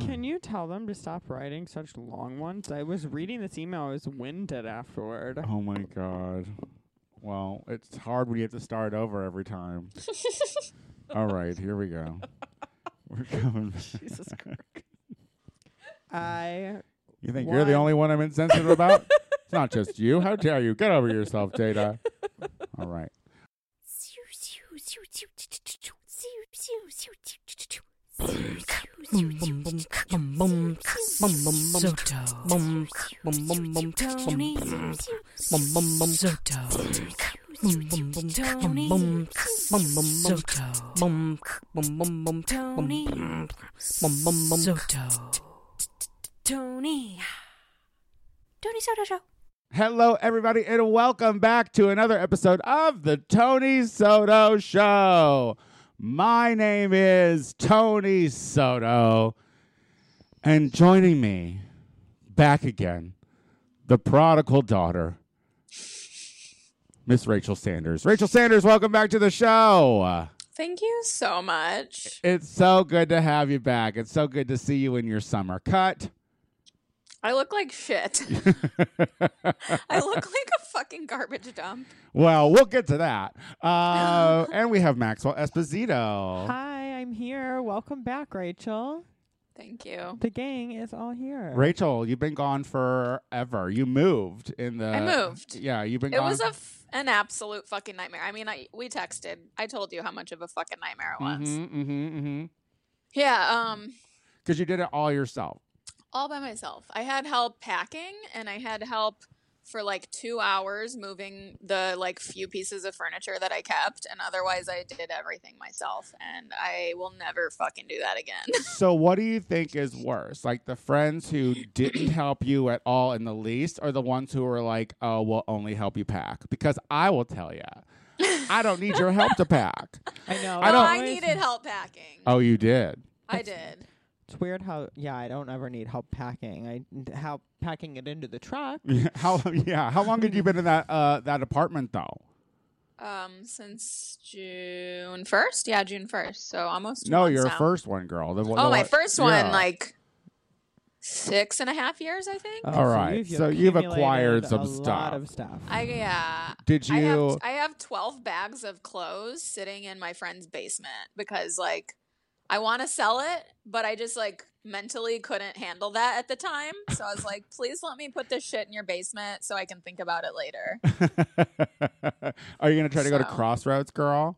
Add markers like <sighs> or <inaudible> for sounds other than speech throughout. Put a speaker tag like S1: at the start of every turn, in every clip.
S1: Can you tell them to stop writing such long ones? I was reading this email. I was winded <laughs> afterward.
S2: Oh my god. Well, it's hard when you have to start over every time. All right, here we go. We're coming. back. <laughs>
S3: Jesus Christ.
S1: I
S2: You think you're the
S1: One.
S2: only one I'm insensitive about? It's not just you. How dare you? Get over yourself, Data. All right.
S4: Tony. Tony Soto Show.
S2: Hello, everybody, and welcome back to another episode of the Tony Soto Show. My name is Tony Soto, and joining me back again, the prodigal daughter, Miss Rachel Sanders. Rachel Sanders, welcome back to the show.
S3: Thank you so much.
S2: It's so good to have you back. It's so good to see you in your summer cut. <laughs>
S3: I look like shit. <laughs> I look like a fucking garbage dump.
S2: Well, we'll get to
S3: <laughs>
S2: that. Uh, and we have Maxwell Esposito.
S1: hi, I'm here. Welcome back, Rachel.
S3: Thank you.
S1: The gang is all here.
S2: Rachel, you've been gone forever. You moved in the.
S3: I moved.
S2: Yeah, you've been.
S3: It
S2: gone.
S3: was a f- an absolute fucking nightmare. I mean, I we texted. I told you how much of a fucking nightmare it was.
S2: Mm-hmm.
S3: Yeah, um
S2: Because you did it all yourself.
S3: all by myself. I had help packing and I had help for like 2 hours moving the like few pieces of furniture that I kept and otherwise I did everything myself and I will never fucking do that again.
S2: so, what do you think is worse? Like the friends who didn't help you at all in the least, or the ones who were like, "Oh, we'll only help you pack"? Because I will tell you, I don't need your help to pack.
S3: <laughs>
S1: I know.
S2: I
S3: well,
S2: don't-
S3: Oh, I
S1: always-
S3: needed help packing.
S2: Oh, you did. <laughs>
S3: I did.
S1: It's weird how yeah, I don't ever need help packing. I n- help packing it into the truck.
S2: Yeah, how yeah? How long had you been in that uh, that apartment though?
S3: Um since June 1st? Yeah, June 1st. So almost two
S2: No,
S3: months
S2: your
S3: now.
S2: first one, girl. The,
S3: Oh, my first one
S2: like.
S3: like six and a half years, I think.
S1: Oh,
S2: All right, so you've
S1: accumulated
S2: acquired some
S1: a
S2: stuff.
S1: lot of stuff.
S3: I yeah.
S2: Did
S3: I have,
S2: you-
S3: I have twelve bags of clothes sitting in my friend's basement because like I want to sell it, but I just like mentally couldn't handle that at the time. So I was like,
S2: <laughs>
S3: please let me put this shit in your basement so I can think about it later.
S2: <laughs> Are you gonna try to go to
S3: So-
S2: Crossroads, girl?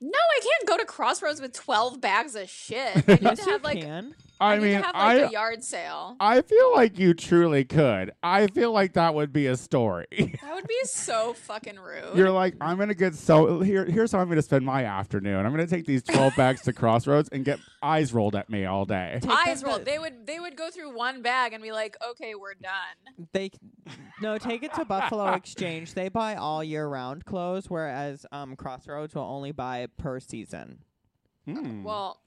S3: no, I can't go to Crossroads with twelve bags of shit.
S2: <laughs>
S3: I need
S1: yes,
S3: to
S1: you
S3: have like
S1: can.
S3: I,
S2: I,
S3: need
S2: mean,
S3: to have like a
S2: I
S3: yard sale.
S2: I feel like you truly could. I feel like that would be a story. <laughs>
S3: That would be so fucking rude.
S2: You're like, I'm gonna get so here. Here's how I'm gonna spend my afternoon. I'm gonna take these twelve bags to Crossroads and get eyes rolled at me all day.
S1: Take
S3: Eyes
S1: them to-
S3: rolled. They would they would go through one bag and be like, "Okay, we're done."
S1: They no take it to Buffalo Exchange. They buy all year round clothes, whereas um, Crossroads will only buy per season.
S2: Hmm.
S3: Well,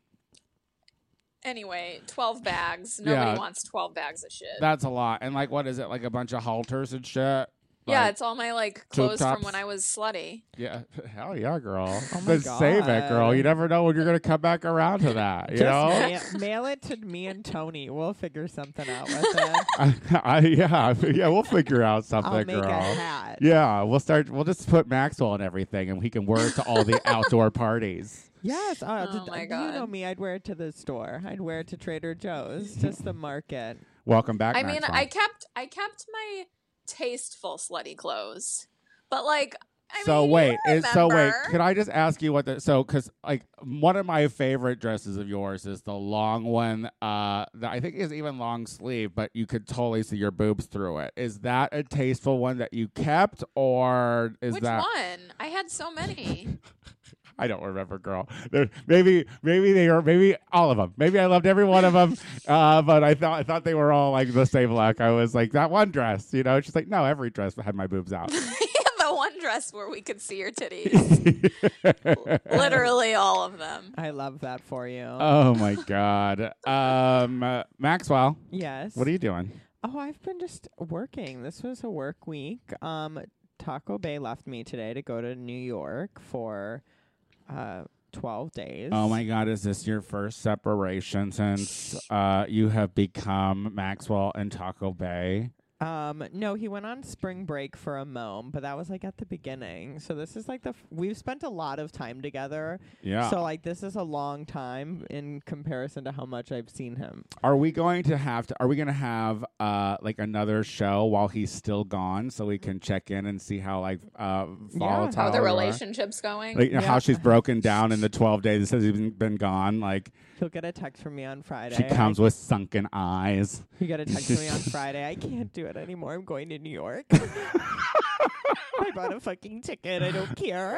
S3: anyway, 12 bags. Nobody
S2: Yeah.
S3: wants 12 bags of shit.
S2: Hmm. That's a lot. And like, what is it? Like a bunch of halters and shit.
S3: yeah,
S2: Like,
S3: it's all my like
S2: tube
S3: clothes from
S2: tops.
S3: when I was slutty.
S2: yeah. <laughs> Hell yeah, girl.
S1: Oh my
S2: But save it, girl.
S1: God.
S2: You never know when you're gonna come back around to that. You know.
S1: <laughs>
S2: <laughs>
S3: <laughs>
S1: Just ma- mail it to me and Tony. We'll figure something out with
S2: <laughs>
S1: it.
S2: I, I, yeah, yeah, we'll figure out something,
S1: I'll make
S2: girl.
S1: a hat.
S2: Yeah, we'll start. We'll just put Maxwell and everything, and he can wear it to
S1: <laughs>
S2: all the outdoor parties.
S1: Yes. Uh,
S3: Oh
S1: d-
S3: my
S1: You know
S3: God.
S1: me. I'd wear it to the store. I'd wear it to Trader
S2: <laughs>
S1: Joe's, just the market.
S2: Welcome back.
S3: I mean,
S2: Maxwell.
S3: I kept I kept my tasteful slutty clothes. But like I
S2: so
S3: mean, you
S2: wait, it- so wait.
S3: remember.
S2: Could I just ask you what the so because like one of my favorite dresses of yours is the long one uh that I think is even long sleeve, but you could totally see your boobs through it. Is that a tasteful one that you kept, or is
S3: Which
S2: that
S3: one? I had so many. <laughs>
S2: I don't remember, girl. There, maybe, maybe they were, maybe all of them. Maybe I loved every one of
S3: <laughs>
S2: them, uh, but I thought I thought they were all like the same look. I was like that one dress, you know. She's like, no, every dress had my boobs
S3: <laughs>
S2: out.
S3: the one dress where we could see
S2: <laughs>
S3: your titties. Literally all of them.
S1: I love that for you.
S2: <laughs> oh my god, um, uh, Maxwell,
S1: yes.
S2: what are you doing?
S1: Oh, I've been just working. This was a work week. Um, Taco Bay left me today to go to New York for uh, 12 days.
S2: Oh my God, is this your first separation since uh, you have become Maxwell and Taco Bay?
S1: Um, no, he went on spring break for a mom, but that was like at the beginning. So this is like the f- we've spent a lot of time together.
S2: Yeah.
S1: So like this is a long time in comparison to how much I've seen him.
S2: Are we going to have to? Are we going to have uh like another show while he's still gone, so we can check in and see how like uh volatile
S3: How the
S2: you are?
S3: relationship's going?
S2: Like you know, how
S1: Yeah.
S2: she's broken down in the twelve days since he's been- been gone. Like
S1: He'll get a text from me on Friday.
S2: she comes with sunken eyes. <laughs>
S1: You got a text from me on Friday. I can't do it anymore. I'm going to New
S2: <laughs>
S1: York. I bought a fucking ticket. I don't care.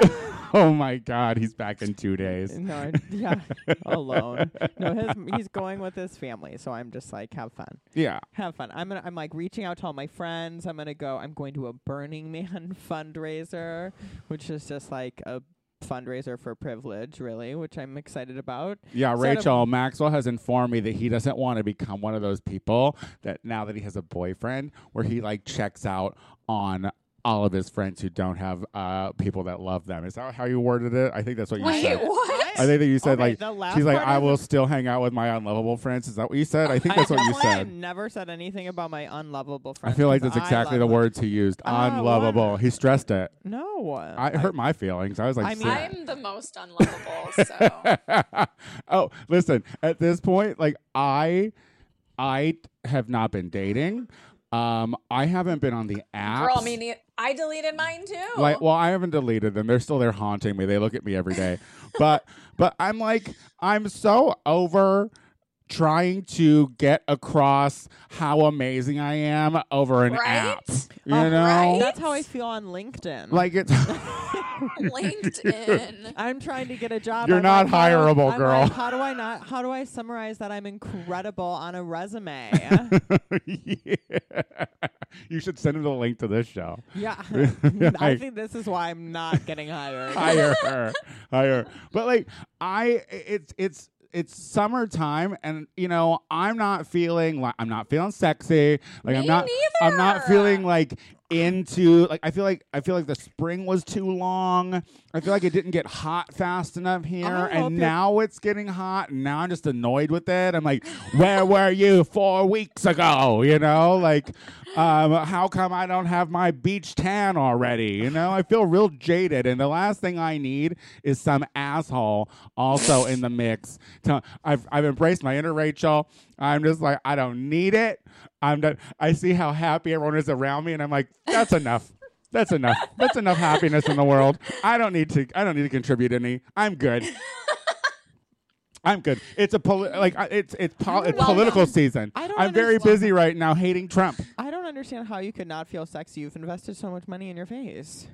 S2: Oh my God, he's back in two days.
S1: No,
S2: <laughs>
S1: I- yeah, alone. No, his, he's going with his family, so I'm just like, have fun,
S2: Yeah.
S1: have fun. I'm gonna, I'm like reaching out to all my friends. I'm gonna go. I'm going to a Burning Man <laughs> fundraiser, which is just like a fundraiser for privilege, really, which I'm excited about.
S2: Yeah,
S1: Sort of-
S2: Rachel Maxwell has informed me that he doesn't want to become one of those people that now that he has a boyfriend, where he like checks out on all of his friends who don't have uh, people that love them. Is that how you worded it? I think that's what you
S3: Wait,
S2: said.
S3: what?
S2: I think that you said
S1: Okay,
S2: like
S1: Oh, the last
S2: she's like
S1: part
S2: I
S1: is-
S2: will still hang out with my unlovable friends. Is that what you said? I think that's what you
S1: definitely
S2: said.
S1: Never said anything about my unlovable
S2: I
S1: friends.
S2: feel like
S1: 'cause
S2: that's exactly the
S1: love Oh, them.
S2: words he used.
S1: I love
S2: Unlovable.
S1: it.
S2: He stressed it.
S1: No.
S2: I it hurt my feelings. I was like,
S1: I mean-
S2: "Shit."
S3: I'm the most unlovable,
S2: <laughs>
S3: so
S2: oh, listen, at this point, like I I have not been dating. Um, I haven't been on the apps.
S3: girl, me ne- I deleted mine too.
S2: like, well, I haven't deleted them. They're still there haunting me. They look at me every day. but <laughs> but I'm like, I'm so over trying to get across how amazing I am over an
S3: Right?
S2: app. You
S1: Uh,
S2: know?
S3: right?
S1: That's how I feel on LinkedIn.
S2: Like it's <laughs>
S3: LinkedIn.
S1: I'm trying to get a job.
S2: You're
S1: I'm
S2: not
S1: like, how do-
S2: hireable,
S1: I'm
S2: girl.
S1: like, how do I not? How do I summarize that I'm incredible on a resume? <laughs>
S2: Yeah. You should send him the link to this show. <laughs>
S1: yeah, <laughs> I
S2: Like-
S1: think this is why I'm not getting hired.
S2: hire her hire her. but like i it's it's it's summertime and you know i'm not feeling like i'm not feeling sexy like
S3: Me
S2: i'm not i'm not
S3: neither.
S2: feeling like into like i feel like i feel like the spring was too long i feel like it didn't get hot fast enough here
S1: I hope
S2: and
S1: you're-
S2: now it's getting hot and now i'm just annoyed with it i'm like where were you four weeks ago you know like um, how come i don't have my beach tan already you know i feel real jaded and the last thing i need is some asshole also in the mix to, I've, I've embraced my inner rachel i'm just like i don't need it i'm done i see how happy everyone is around me and i'm like that's enough that's enough. That's enough happiness in the world. I don't need to. I don't need to contribute any. I'm good. I'm good. It's a poli- like I- it's it's, pol- it's
S3: Well,
S2: political
S3: no.
S2: season.
S1: I don't
S2: I'm very
S1: understand.
S2: busy right now hating Trump.
S1: I don't understand how you could not feel sexy. You've invested so much money in your face.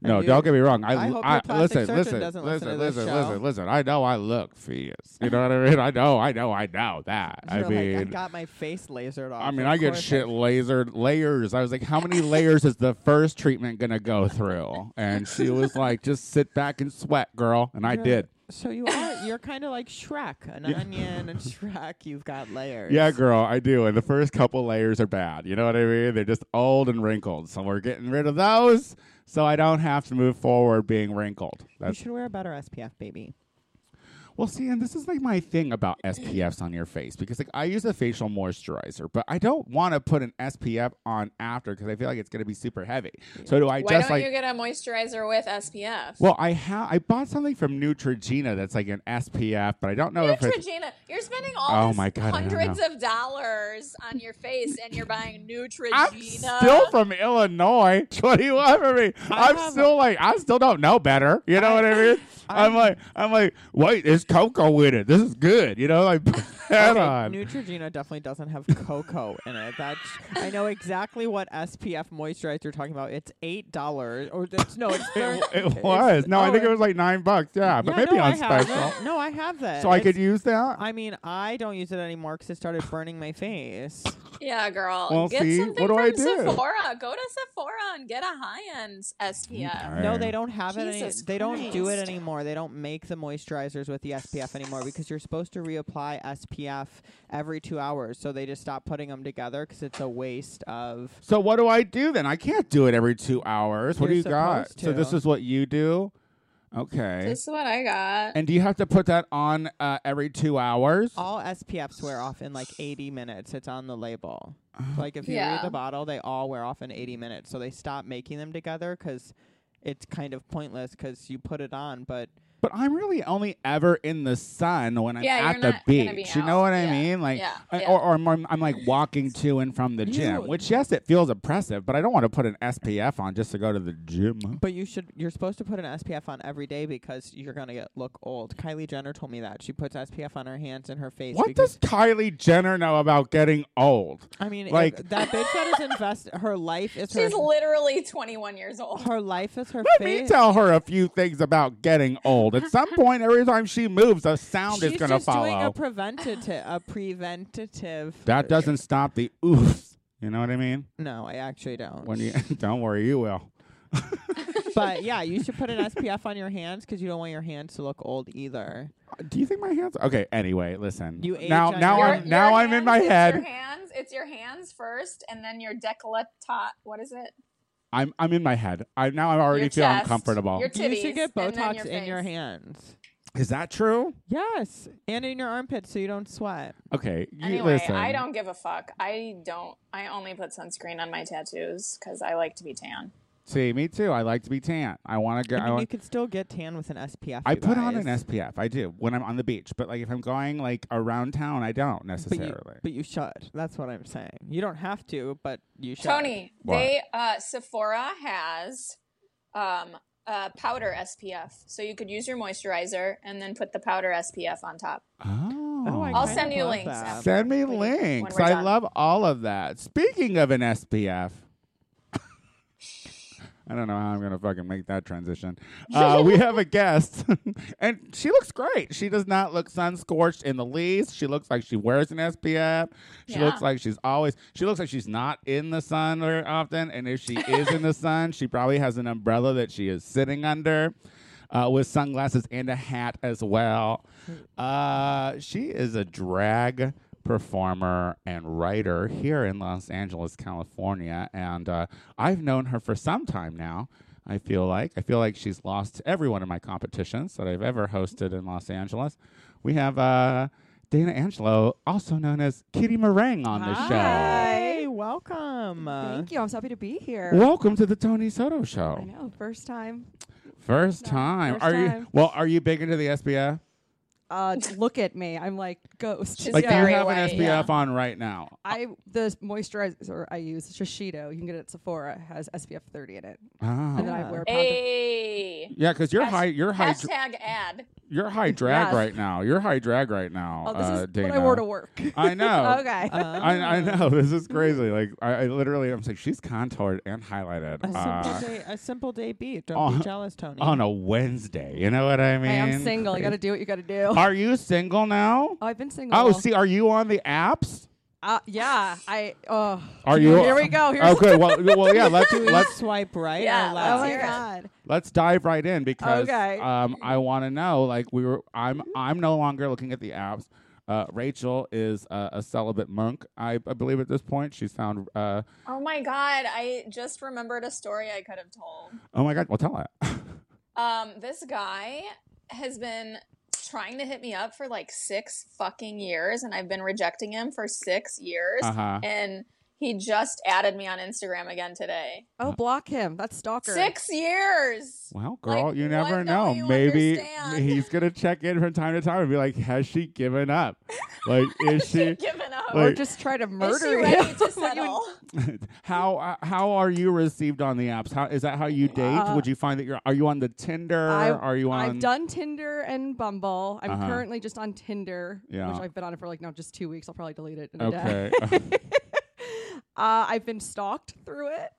S2: No,
S1: do.
S2: don't get me wrong. I,
S1: I hope your plastic
S2: listen,
S1: surgeon
S2: listen,
S1: doesn't listen
S2: listen,
S1: to this
S2: listen,
S1: show.
S2: listen, listen. I know I look fierce. You know what I mean? I know, I know, I know that. I
S1: You're like,
S2: mean,
S1: I got my face lasered off.
S2: I mean,
S1: Of
S2: I get
S1: course
S2: shit lasered layers. I was like, how many layers is the first treatment gonna go through? And she was like, just sit back and sweat, girl. And I
S1: You're-
S2: did.
S1: So you are. You're kind of like Shrek, an
S2: Yeah.
S1: onion and Shrek. You've got layers.
S2: Yeah, girl, I do. And the first couple layers are bad. You know what I mean? They're just old and wrinkled. So we're getting rid of those so I don't have to move forward being wrinkled.
S1: You
S2: That's
S1: should wear a better SPF, baby.
S2: Well, see, and this is like my thing about SPFs on your face because like I use a facial moisturizer, but I don't want to put an SPF on after because I feel like it's going to be super heavy. So do I
S3: Why
S2: just
S3: don't
S2: like
S3: you get a moisturizer with SPF?
S2: Well, I have I bought something from Neutrogena that's like an SPF, but I don't know if it's
S3: Neutrogena. You're spending all
S2: Oh
S3: this
S2: my God, I don't
S3: hundreds
S2: know.
S3: of dollars on your face, and you're buying Neutrogena.
S2: I'm still from Illinois. <laughs> What do you want from me?
S1: I
S2: I'm
S1: have-
S2: still like I still don't know better. You know what I
S1: <laughs>
S2: mean? I'm like I'm like wait, there's cocoa with it. This is good. You know, like <laughs> put that
S1: Okay,
S2: on.
S1: Neutrogena definitely doesn't have cocoa in it. That's I know exactly what SPF moisturizer you're talking about. It's eight dollars, or it's no, it's thir-
S2: <laughs> it, it was no, I
S1: oh,
S2: think it was like nine bucks. Yeah, but
S1: yeah,
S2: maybe
S1: no,
S2: on
S1: I have
S2: special,
S1: that. No, I have that.
S2: so I
S1: It's-
S2: could use that.
S1: I mean, I don't use it anymore because it started burning my face.
S3: yeah, girl.
S2: Well,
S3: get
S2: see,
S3: something
S2: what do
S3: from
S2: I do?
S3: Sephora. Go to Sephora and get a high end SPF.
S2: Okay.
S1: No, they don't have it. Any-
S3: Jesus
S1: they don't do it
S3: Christ.
S1: anymore. They don't make the moisturizers with the SPF anymore because you're supposed to reapply SPF every two hours. So they just stopped putting them together because it's a waste of.
S2: So what do I do then? I can't do it every two hours. What do
S1: You're
S2: you got?
S1: supposed
S2: So this
S1: to.
S2: is what you do. Okay.
S3: This is what I got.
S2: And do you have to put that on uh, every two hours?
S1: All SPFs wear off in like 80 minutes. It's on the label.
S2: Uh-huh.
S1: Like if you
S3: Yeah.
S1: read the bottle, they all wear off in 80 minutes. So they stop making them together 'cause it's kind of pointless 'cause you put it on, but
S2: But I'm really only ever in the sun when I'm
S3: Yeah,
S2: at
S3: you're
S2: the
S3: not gonna be
S2: beach. You know
S3: out.
S2: what I
S3: Yeah,
S2: mean? Like,
S3: yeah,
S2: I-
S3: yeah.
S2: or, or I'm, I'm like walking to and from the
S1: Ew.
S2: gym, which yes, it feels oppressive, but I don't want to put an SPF on just to go to the gym.
S1: but you should you're supposed to put an SPF on every day because you're gonna get look old. Kylie Jenner told me that she puts SPF on her hands and her face.
S2: What
S1: because,
S2: does Kylie Jenner know about getting old?
S1: I mean?
S2: like-
S1: if that bitch that is invest her life is her
S3: She's literally 21 years old.
S1: her life is her
S2: Let me
S1: face.
S2: tell her a few things about getting old. At
S3: <laughs>
S2: some point, every time she moves, a sound
S1: She's
S2: is going to
S1: just doing
S2: follow.
S1: a preventative a preventative.
S2: that doesn't stop the oofs. You know what I mean?
S1: No, I actually don't.
S2: When you <laughs> don't worry, you will.
S1: but yeah, you should put an SPF on your hands because you don't want your hands to look old either.
S2: Do you think my hands? Okay. Anyway, listen.
S1: You age
S2: now,
S1: on
S2: <laughs> now
S1: your-
S2: I'm
S1: Your-
S2: now I'm in my
S3: hands-
S2: head.
S3: It's your hands. It's your hands first, and then your décolleté. What is it?
S2: I'm I'm in my head. I now I already
S3: Your
S2: feel
S3: chest,
S2: uncomfortable.
S3: your-
S1: you should
S3: Titties,
S1: get
S3: and then
S1: Botox
S3: your
S1: in your
S3: face.
S1: hands.
S2: Is that true?
S1: Yes, and in your armpits so you don't sweat.
S2: Okay. You
S3: Anyway,
S2: listen.
S3: I don't give a fuck. I don't. I only put sunscreen on my tattoos because I like to be tan.
S2: see me too. I like to be tan. I want to go.
S1: I
S2: I,
S1: mean,
S2: want-
S1: you could still get tan with an SPF.
S2: I
S1: you
S2: put on an
S1: guys.
S2: SPF. I do when I'm on the beach. But like if I'm going like around town, I don't
S1: but
S2: necessarily.
S1: you, but you should. That's what I'm saying. You don't have to, but you should.
S3: Tony,
S2: What?
S3: they uh, Sephora has um, a powder SPF, so you could use your moisturizer and then put the powder SPF on top.
S2: oh.
S1: Oh, I
S3: I'll
S1: kinda
S3: send you
S1: love
S3: links
S1: that.
S3: after.
S2: Send me
S3: When you- when
S2: links.
S3: we're
S2: I
S3: done.
S2: love all of that. Speaking of an SPF, <laughs> I don't know how I'm going to fucking make that transition. Uh, we have a guest, <laughs> and she looks great. She does not look sun scorched in the least. She looks like she wears an SPF. She
S3: Yeah.
S2: looks like she's always, she looks like she's not in the sun very often. And if she is in the sun, she probably has an umbrella that she is sitting under. Uh, with sunglasses and a hat as well. Uh, she is a drag performer and writer here in Los Angeles, California, and uh, I've known her for some time now. I feel like I feel like she's lost every one of my competitions that I've ever hosted in Los Angeles. We have uh, Dana Angelo, also known as Kitty Meringue, on the show.
S1: Hi, welcome.
S5: Thank you. I'm so happy to be here.
S2: Welcome to the Tony Soto
S5: I
S2: Show.
S5: know. First time.
S2: First time.
S5: first
S2: are you
S5: time.
S2: well? Are you big into the SBF?
S5: Uh,
S3: <laughs>
S5: look at me. I'm like ghost.
S3: She's
S2: Like
S3: very
S2: you have
S3: <laughs> white,
S2: an SBF on right now.
S5: I the moisturizer I use Shiseido. You can get it at Sephora. It has SPF 30 in it,
S2: Oh.
S5: and then I wear. a pound of-
S3: Hey.
S2: Yeah, because you're
S3: Hash-
S2: high, you're high, dr-
S3: Hashtag ad.
S2: you're high drag
S5: Yes.
S2: right now. You're high drag right now.
S5: Oh, this
S2: uh,
S5: is
S2: Dana.
S5: what I wore to work.
S2: <laughs> I know.
S5: <laughs> okay.
S1: Uh,
S2: I, I know this is crazy. Like I, I literally, I'm like she's contoured and highlighted
S1: A simple
S2: uh,
S1: day, a simple day beat. Don't
S2: on-
S1: be jealous, Tony.
S2: on a Wednesday. You know what I mean?
S5: Hey, I'm single. You got to do what you got to do.
S2: Are you single now?
S5: Oh, I've been single.
S2: Oh, see, are you on the apps?
S5: Uh, yeah. I. Oh.
S2: Are you?
S5: Here we go. Here's
S2: Oh, good. Well, well, yeah.
S5: <laughs>
S2: Let's
S1: Let's
S2: let's
S1: swipe right
S3: Yeah,
S1: or
S5: Oh
S1: left.
S5: my
S3: Here.
S5: god.
S2: let's dive right in because
S5: Okay.
S2: um, I want to know. Like we were, I'm I'm no longer looking at the apps. Uh, Rachel is uh, a celibate monk, I, I believe. At this point, she's found. Uh,
S3: Oh my god, I just remembered a story I could have told.
S2: oh my God! Well, tell it.
S3: Um, this guy has been trying to hit me up for like six fucking years, and I've been rejecting him for six years.
S2: Uh huh.
S3: And he just added me on Instagram again today.
S5: Oh, block him. That's stalker.
S3: Six years.
S2: <laughs> Well, girl,
S3: Like,
S2: you
S3: what
S2: never
S3: don't
S2: know.
S3: you
S2: Maybe
S3: understand?
S2: he's gonna check in from time to time and be like, "Has she given
S5: <laughs>
S2: up? Like, is she?
S3: Given up.
S5: Or
S2: Like-
S5: just try to
S3: Is she
S5: murder <laughs>
S3: ready
S5: him.
S3: to
S5: What you-
S3: settle?
S2: <laughs> how uh, how are you received on the apps? How is that how you date?
S5: Uh,
S2: Would you find that you're? Are you on the Tinder?
S5: I-
S2: are you on?
S5: I've done Tinder and Bumble. I'm
S2: Uh-huh.
S5: currently just on Tinder,
S2: Yeah.
S5: which I've been on it for like now just two weeks. I'll probably delete it in a day.
S2: okay.
S5: <laughs>
S2: <laughs>
S5: Uh, I've been stalked through it.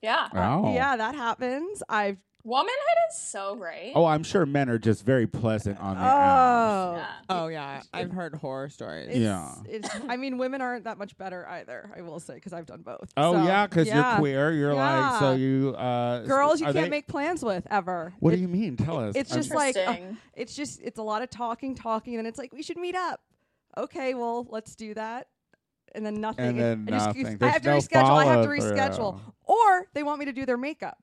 S3: yeah.
S2: oh.
S5: Yeah, that happens. I've
S3: Womanhood is so great.
S2: Oh, I'm sure men are just very pleasant on the apps.
S5: oh,
S3: Yeah.
S1: Oh yeah, I've heard horror stories.
S5: it's,
S2: Yeah.
S5: It's, I mean, women aren't that much better either. I will say because I've done both.
S2: Oh
S5: So,
S2: yeah, because you're queer. You're like so
S5: Yeah.
S2: you uh, s-
S5: Girls, you
S2: are
S5: can't
S2: they-
S5: make plans with ever.
S2: What
S5: It-
S2: do you mean? Tell us.
S5: It's
S2: I'm-
S5: just like uh,
S3: Interesting.
S5: it's just it's a lot of talking, talking, and it's like we should meet up. Okay, well, let's do that. And then nothing.
S2: And
S5: It-
S2: then
S5: it just
S2: nothing.
S5: keeps- I
S2: There's
S5: have to
S2: no
S5: reschedule. I have to
S2: follow-through.
S5: reschedule. Or they want me to do their makeup.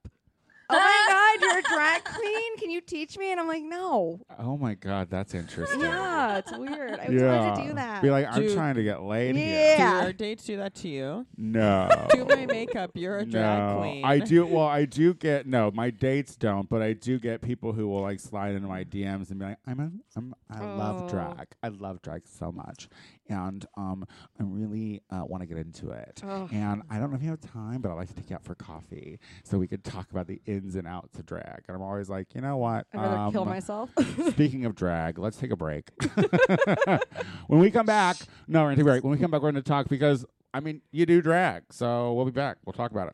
S5: oh my god, you're a drag queen. Can you teach me? And I'm like, no.
S2: Oh my god, that's interesting.
S5: Yeah, it's weird. I always wanted to do that.
S2: Be like, I'm
S1: Dude.
S2: trying to get laid
S1: Do
S2: here.
S5: Yeah.
S1: your dates do that to you?
S2: No.
S1: Do my makeup. You're a drag
S2: no.
S1: queen.
S2: I do. Well, I do get no. My dates don't, but I do get people who will like slide into my DMs and be like, "I'm a, I'm, I love
S5: Oh.
S2: drag. I love drag so much, and um, I really uh, want to get into it.
S5: Ugh.
S2: And I don't know if you have time, but I'd like to take you out for coffee so we could talk about the ins and outs of drag. And I'm always like, you know what?
S5: I'd rather kill
S2: <laughs> Um,
S5: myself.
S2: Speaking of drag, let's take a
S5: <laughs>
S2: break. <laughs> when we come back, no, we're gonna take a break. When we come back, we're gonna talk because I mean, you do drag, so we'll be back. We'll talk about it.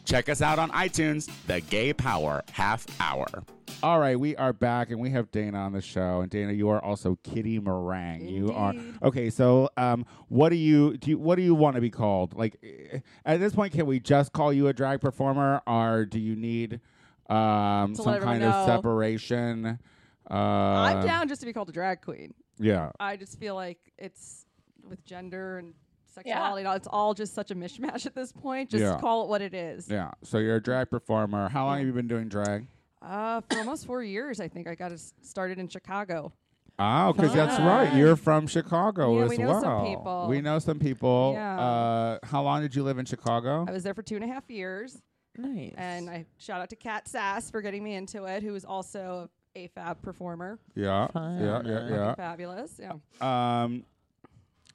S2: Check us out on iTunes, the Gay Power Half Hour. All right, we are back and we have Dana on the show. And Dana, you are also Kitty Meringue. You are
S5: Indeed.
S2: okay. So, um, what do you do? You, what do you want to be called? Like, eh, at this point, can we just call you a drag performer, or do you need um,
S5: To let
S2: some
S5: everyone
S2: kind of
S5: know.
S2: separation? Uh,
S5: I'm down just to be called a drag queen.
S2: Yeah.
S5: I just feel like it's with gender and sexuality. and all It's all just such a mishmash at this point. Just
S2: Yeah.
S5: call it what it is.
S2: Yeah. So you're a drag performer. How long have you been doing drag?
S5: Uh, for almost four years, I think I got us started in Chicago.
S2: Oh, because that's right.
S5: Fun.
S2: You're from Chicago
S5: Yeah,
S2: as
S5: we know
S2: well.
S5: some people.
S2: We know some people.
S5: Yeah.
S2: Uh, how long did you live in Chicago?
S5: I was there for two and a half years,
S1: <laughs> nice.
S2: <laughs>
S5: and I shout out to Kat Sass for getting me into it, who is also a AFAB performer.
S2: yeah, yeah,
S1: Fun.
S2: yeah,
S5: Fabulous. Yeah.
S2: yeah. Um,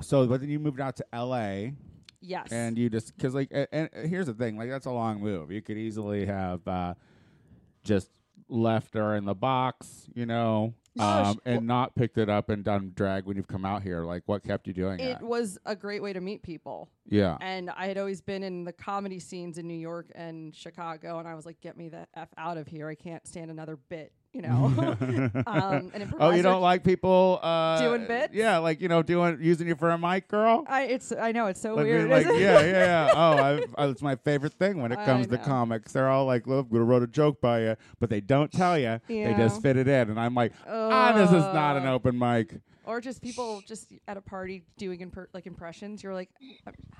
S2: so, but then you moved out to L.A.
S5: Yes.
S2: and you just because like, a- and, uh, here's the thing, like that's a long move. You could easily have uh, just left her in the box, you know,
S5: Oh,
S2: um,
S5: sh-
S2: and not picked it up and done drag when you've come out here. Like, what kept you doing it?
S5: it was a great way to meet people. <laughs>
S2: yeah,
S5: And I had always been in the comedy scenes in New York and Chicago, and I was like, "Get me the f out of here! I can't stand another bit," you know. <laughs>
S2: <laughs> Oh, you
S5: um, and improviser-
S2: don't like people uh,
S5: Doing bits?
S2: Yeah, like you know, doing using you for a mic, girl.
S5: I it's I know it's so
S2: Like,
S5: Oh, weird.
S2: like,
S5: isn't it? <laughs>
S2: yeah, yeah, yeah. Oh, I, I, it's my favorite thing when it
S5: I
S2: comes to
S5: know.
S2: comics. They're all like, "Look, we wrote a joke by you," but they don't tell you. They just
S5: Yeah.
S2: fit it in, and I'm like, "Ah, this is not an
S5: Ugh.
S2: open mic."
S5: Or just people just at a party doing imper- like impressions. You're like,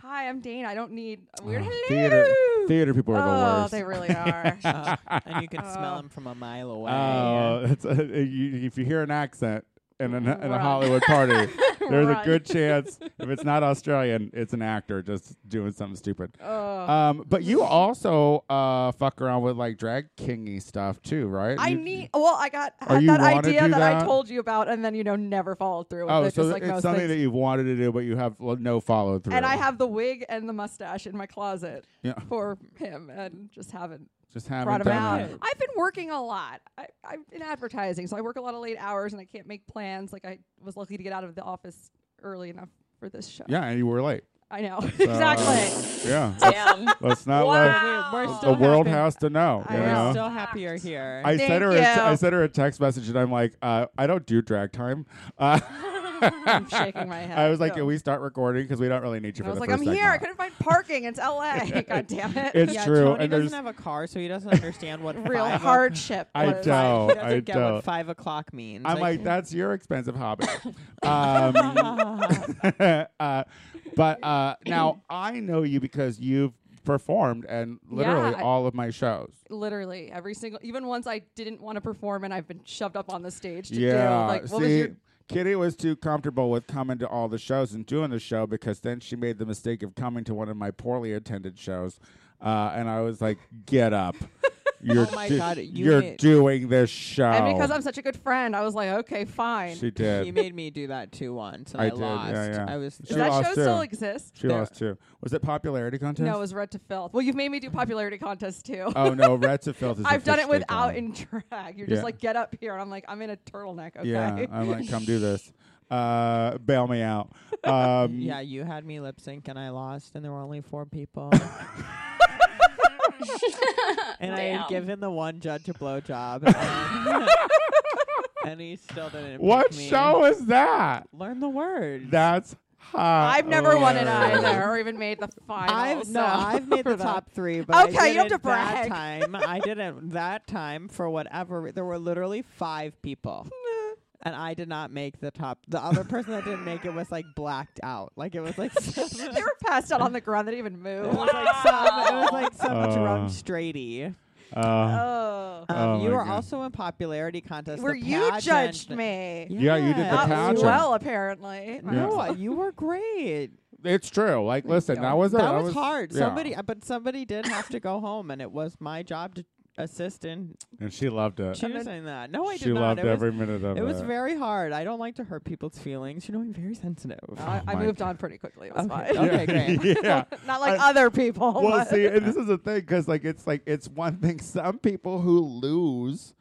S5: "Hi, I'm Dana. I don't need a weird
S2: Ugh,
S5: hello."
S2: Uh, theater, theater people are the
S5: oh,
S2: worst.
S5: they really
S2: <laughs>
S5: are.
S1: Oh, and you can smell
S5: Oh.
S1: him from a mile away.
S2: Oh, <laughs> that's a, you, if you hear an accent in a, in a
S5: Run.
S2: Hollywood
S5: <laughs>
S2: party, there's a
S5: Run.
S2: good chance if it's
S5: <laughs>
S2: not Australian, it's an actor just doing something stupid.
S5: Ugh.
S2: Um, but you also uh fuck around with like drag kingy stuff too, right?
S5: I
S2: You-
S5: need. Well, I got
S2: Are
S5: had
S2: you
S5: that
S2: wanna
S5: idea
S2: do
S5: that,
S2: that?
S5: I told you about, and then you know never followed through. With
S2: Oh,
S5: it,
S2: so
S5: just like
S2: it's
S5: most
S2: something
S5: things.
S2: that you've wanted to do, but you have l- no follow through.
S5: and I have the wig and the mustache in my closet
S2: Yeah.
S5: for him, and just haven't
S2: just haven't
S5: brought him
S2: done
S5: out.
S2: it.
S5: I've been working a lot. I, I'm in advertising, so I work a lot of late hours, and I can't make plans. Like I was lucky to get out of the office early enough for this show.
S2: Yeah, and you were late.
S5: I know <laughs> exactly.
S2: Yeah,
S5: <laughs>
S3: Damn.
S2: let's not
S3: Wow.
S1: We're,
S3: The
S2: let
S1: still
S2: the world
S1: happy.
S2: has to know. You
S5: I
S1: We're
S2: know?
S5: am.
S1: still happier here.
S2: I sent
S5: Thank
S2: her. A t- I
S5: you.
S2: sent her a text message, and I'm like, uh, I don't do drag
S5: <laughs>
S2: time. Uh,
S5: I'm shaking my head.
S2: <laughs> I was like,
S5: No.
S2: can we start recording? Because we don't really need you
S5: And
S2: for
S5: I was
S2: the
S5: like, I'm
S2: first
S5: here. I
S2: segment."
S5: couldn't find parking.
S1: <laughs>
S5: It's L.A. <laughs> God damn it.
S2: It's
S1: yeah,
S2: true,
S1: Tony
S2: and
S1: doesn't
S2: there's-
S1: have a car, so he doesn't understand <laughs> what
S5: Real
S1: five o-
S5: hardship.
S2: I
S5: was.
S2: don't.
S1: He
S2: I
S1: doesn't get
S2: don't.
S1: what five o'clock means.
S2: I'm like, that's your expensive
S5: <laughs>
S2: hobby. um, <laughs> uh, but uh,
S5: <clears throat>
S2: now I know you because you've performed and literally
S5: Yeah, I-
S2: all of my shows.
S5: literally every single even once I didn't want to perform and I've been shoved up on the stage to
S2: Yeah.
S5: do like well
S2: See,
S5: this your
S2: Kitty was too comfortable with coming to all the shows and doing the show because then she made the mistake of coming to one of my poorly attended shows. Uh, and I was like, get up.
S5: <laughs>
S2: You're
S1: Oh my
S2: do-
S1: God, you
S2: you're
S1: made-
S2: doing this show.
S5: and because I'm such a good friend, I was like, okay, fine.
S2: she
S1: He
S2: did.
S1: made me do that too once, and
S2: I
S1: I,
S2: did, yeah,
S1: lost.
S2: yeah.
S1: I was.
S2: She
S5: Does that
S2: lost
S5: show
S2: too.
S5: still exist?
S2: She
S1: there-
S2: lost too. Was it popularity contest?
S5: No, it was Red to Filth. Well, you've made me do popularity contests too.
S2: oh no, Rats of Filth is. the
S5: <laughs> I've done
S2: first
S5: it without
S2: takeover.
S5: in drag. You're
S2: Yeah.
S5: just like, get up here, and I'm like, I'm in a turtleneck. Okay.
S2: Yeah, I'm like, come do
S5: <laughs>
S2: this. Uh, bail me out. Um,
S1: Yeah, you had me lip sync and I lost, and there were only four people. and I had
S3: Damn.
S1: given the one judge a blowjob,
S5: <laughs>
S1: and, and he still didn't. pick
S2: What
S1: me.
S2: show is that?
S1: Learn the words.
S2: That's
S5: I've never won it either, or even made the final.
S1: I've no,
S5: so-
S1: I've made the
S5: for that.
S1: top three, but
S5: Okay,
S1: I
S5: you
S1: didn't
S5: don't have to brag.
S1: That time I didn't that time for whatever. re- There were literally five
S5: <laughs>
S1: people, and I did not make the top. The other person that didn't make it was like blacked out. Like it was like
S5: <laughs>
S1: some,
S5: They were passed out on the ground. They didn't even
S1: it
S5: move.
S1: was like some, it was like so much
S2: Uh.
S1: around straighty.
S2: Uh,
S5: oh,
S1: Um,
S2: Oh
S1: you
S2: my
S1: were
S2: God.
S1: also in popularity contest.
S5: where
S1: the
S5: you
S1: pageant.
S5: judged me.
S2: Yeah, you did the
S1: Yes.
S5: Not
S2: pageant.
S5: well, apparently.
S2: Yeah.
S1: No, you were great.
S2: it's true. Like, listen, I
S5: don't.
S2: was
S1: That
S2: I
S1: was hard.
S2: yeah.
S1: Somebody, uh, but somebody did have to go home, and it was my job to assist in
S2: and she loved it.
S1: choosing that. No, I did
S2: she
S1: not.
S2: loved
S1: it was,
S2: every minute of it.
S1: it was very hard. I don't like to hurt people's feelings. You know, I'm very
S2: <sighs>
S1: sensitive.
S5: I, I
S2: Oh my
S5: moved on pretty quickly. It was
S1: Okay.
S5: fine.
S1: Okay, great. <laughs>
S2: <laughs> <laughs>
S1: Oh,
S2: yeah.
S5: <laughs> Not like
S2: I-
S5: other people.
S2: well,
S5: but-
S2: see, and this is the thing because like it's like it's one thing. <laughs> Some people who lose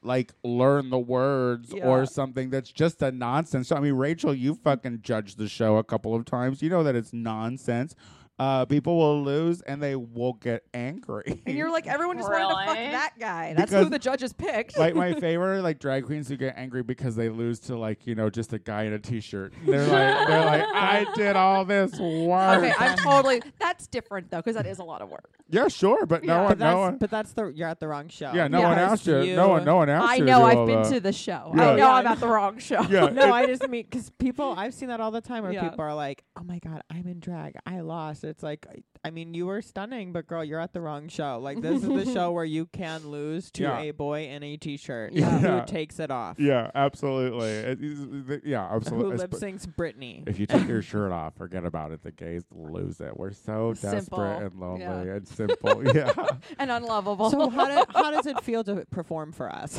S2: like learn the words
S5: Yeah.
S2: or something that's just a nonsense. So I mean, Rachel, you fucking judged the show a couple of times. You know that it's nonsense. Uh, people will lose and they will get angry. <laughs>
S5: And you're like, everyone just wanted to fuck
S3: Really?
S5: that guy. That's
S2: Because-
S5: who the judges picked.
S2: like my favorite like drag queens who get angry because they lose to like you know just a guy in a t-shirt. They're like they're like I did all this work.
S5: okay, I'm totally. That's different though, because that is a lot of work.
S2: yeah, sure, but no
S5: Yeah.
S2: one,
S1: but,
S2: no
S1: that's,
S2: one.
S1: but that's the you're at the wrong show.
S2: Yeah, no one
S5: Yeah.
S2: asked you. No one, no one asked
S5: I
S2: you. to
S5: know.
S2: do
S5: I've
S2: all
S5: been
S2: that.
S5: to the show.
S2: Yeah.
S5: I know
S1: Yeah.
S5: I'm at the wrong show.
S2: Yeah.
S1: No,
S2: <laughs>
S1: I just mean because people. I've seen that all the time where
S5: Yeah.
S1: people are like, "Oh my god, I'm in drag. I lost." It's like, I- I mean, you were stunning, but girl, you're at the wrong show. Like this is the
S2: <laughs>
S1: show where you can lose to
S2: Yeah.
S1: a boy in a t-shirt
S5: Yeah.
S2: Yeah.
S1: who takes it off,
S2: Yeah, absolutely. It- it- it-
S5: <laughs>
S2: yeah,
S1: <laughs> who
S2: absolutely.
S1: lip syncs Britney.
S2: If you take your shirt off, forget about it. The gays lose it. We're so desperate
S5: Simple.
S2: and lonely
S5: Yeah.
S2: and simple. <laughs> yeah.
S5: <laughs> And unlovable.
S1: <laughs> So how,
S2: <laughs>
S1: did, how does it feel to perform for us?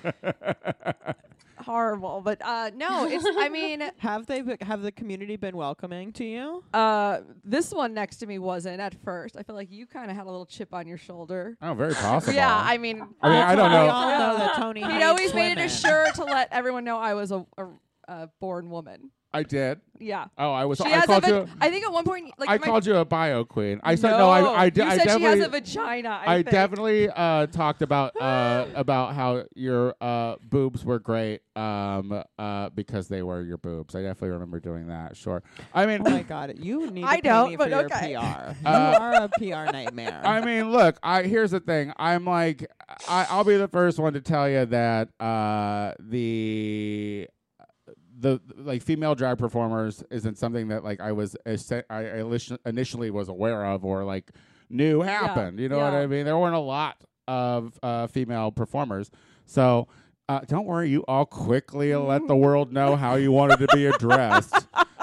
S1: <laughs>
S5: horrible. But uh, no, it's. I mean,
S1: have they be- have the community been welcoming to you?
S5: uh, this one next to me wasn't at first. I feel like you kind of had a little chip on your shoulder.
S2: Oh, very possible.
S5: Yeah, I mean,
S2: I mean, I don't know.
S1: We all know that Tony.
S5: he
S1: hates
S5: always made it a
S1: women.
S5: shirt to let everyone know I was a, a, a born woman.
S2: I did.
S5: Yeah.
S2: Oh, I was.
S5: she
S2: I
S5: has a
S2: called
S5: vag-
S2: you.
S5: I think at one point, like
S2: I
S5: my-
S2: called you a bio queen. I said
S5: no,
S2: no. I, I, de-
S5: you
S2: I
S5: said she
S2: definitely.
S5: has a vagina. I,
S2: I
S5: think.
S2: definitely uh, talked about uh, about how your uh, boobs were great um, uh, because they were your boobs. I definitely remember doing that. Sure. I mean,
S1: Oh my god, you need.
S5: I
S1: to pay
S5: don't,
S1: me
S5: but
S1: for
S5: okay.
S1: Your PR.
S2: <laughs> Uh,
S1: you are a PR nightmare.
S5: <laughs>
S2: I mean, look. I here's the thing. I'm like, I, I'll be the first one to tell you that uh, the the like female drag performers isn't something that like I was es- I I initi- initially was aware of or like knew happened. You know what
S5: yeah.
S2: I mean? There weren't a lot of uh, female performers, so. Uh, don't worry, you all quickly let the world know how you wanted to be
S5: <laughs>
S2: addressed.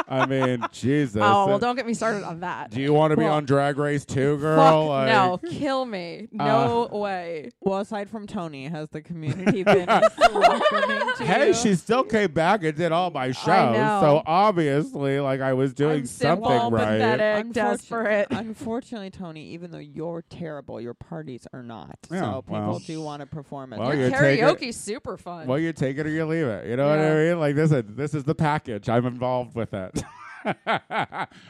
S2: I mean, Jesus.
S5: Oh well, don't get me started on that.
S2: Do you want to be
S5: Well,
S2: on Drag Race too, girl?
S5: Fuck
S2: Like-
S5: no, kill me. No
S2: Uh,
S5: way.
S1: Well, aside from Tony, has the community been welcoming to
S2: Hey,
S1: you?
S2: she still came back and did all my shows.
S5: know.
S2: So obviously, like I was doing
S5: I'm simple,
S2: something right.
S5: pathetic. desperate.
S1: Unfortunately, Tony, even though you're terrible, your parties are not.
S2: Yeah,
S1: so people
S2: well.
S1: do want to perform at
S2: Well,
S1: them.
S2: oh, you're- take it-
S5: Karaoke's super fun.
S2: Well, you take it or you leave it. You know what I
S5: Yeah.
S2: mean? Like this is this is the package. I'm involved with it. <laughs>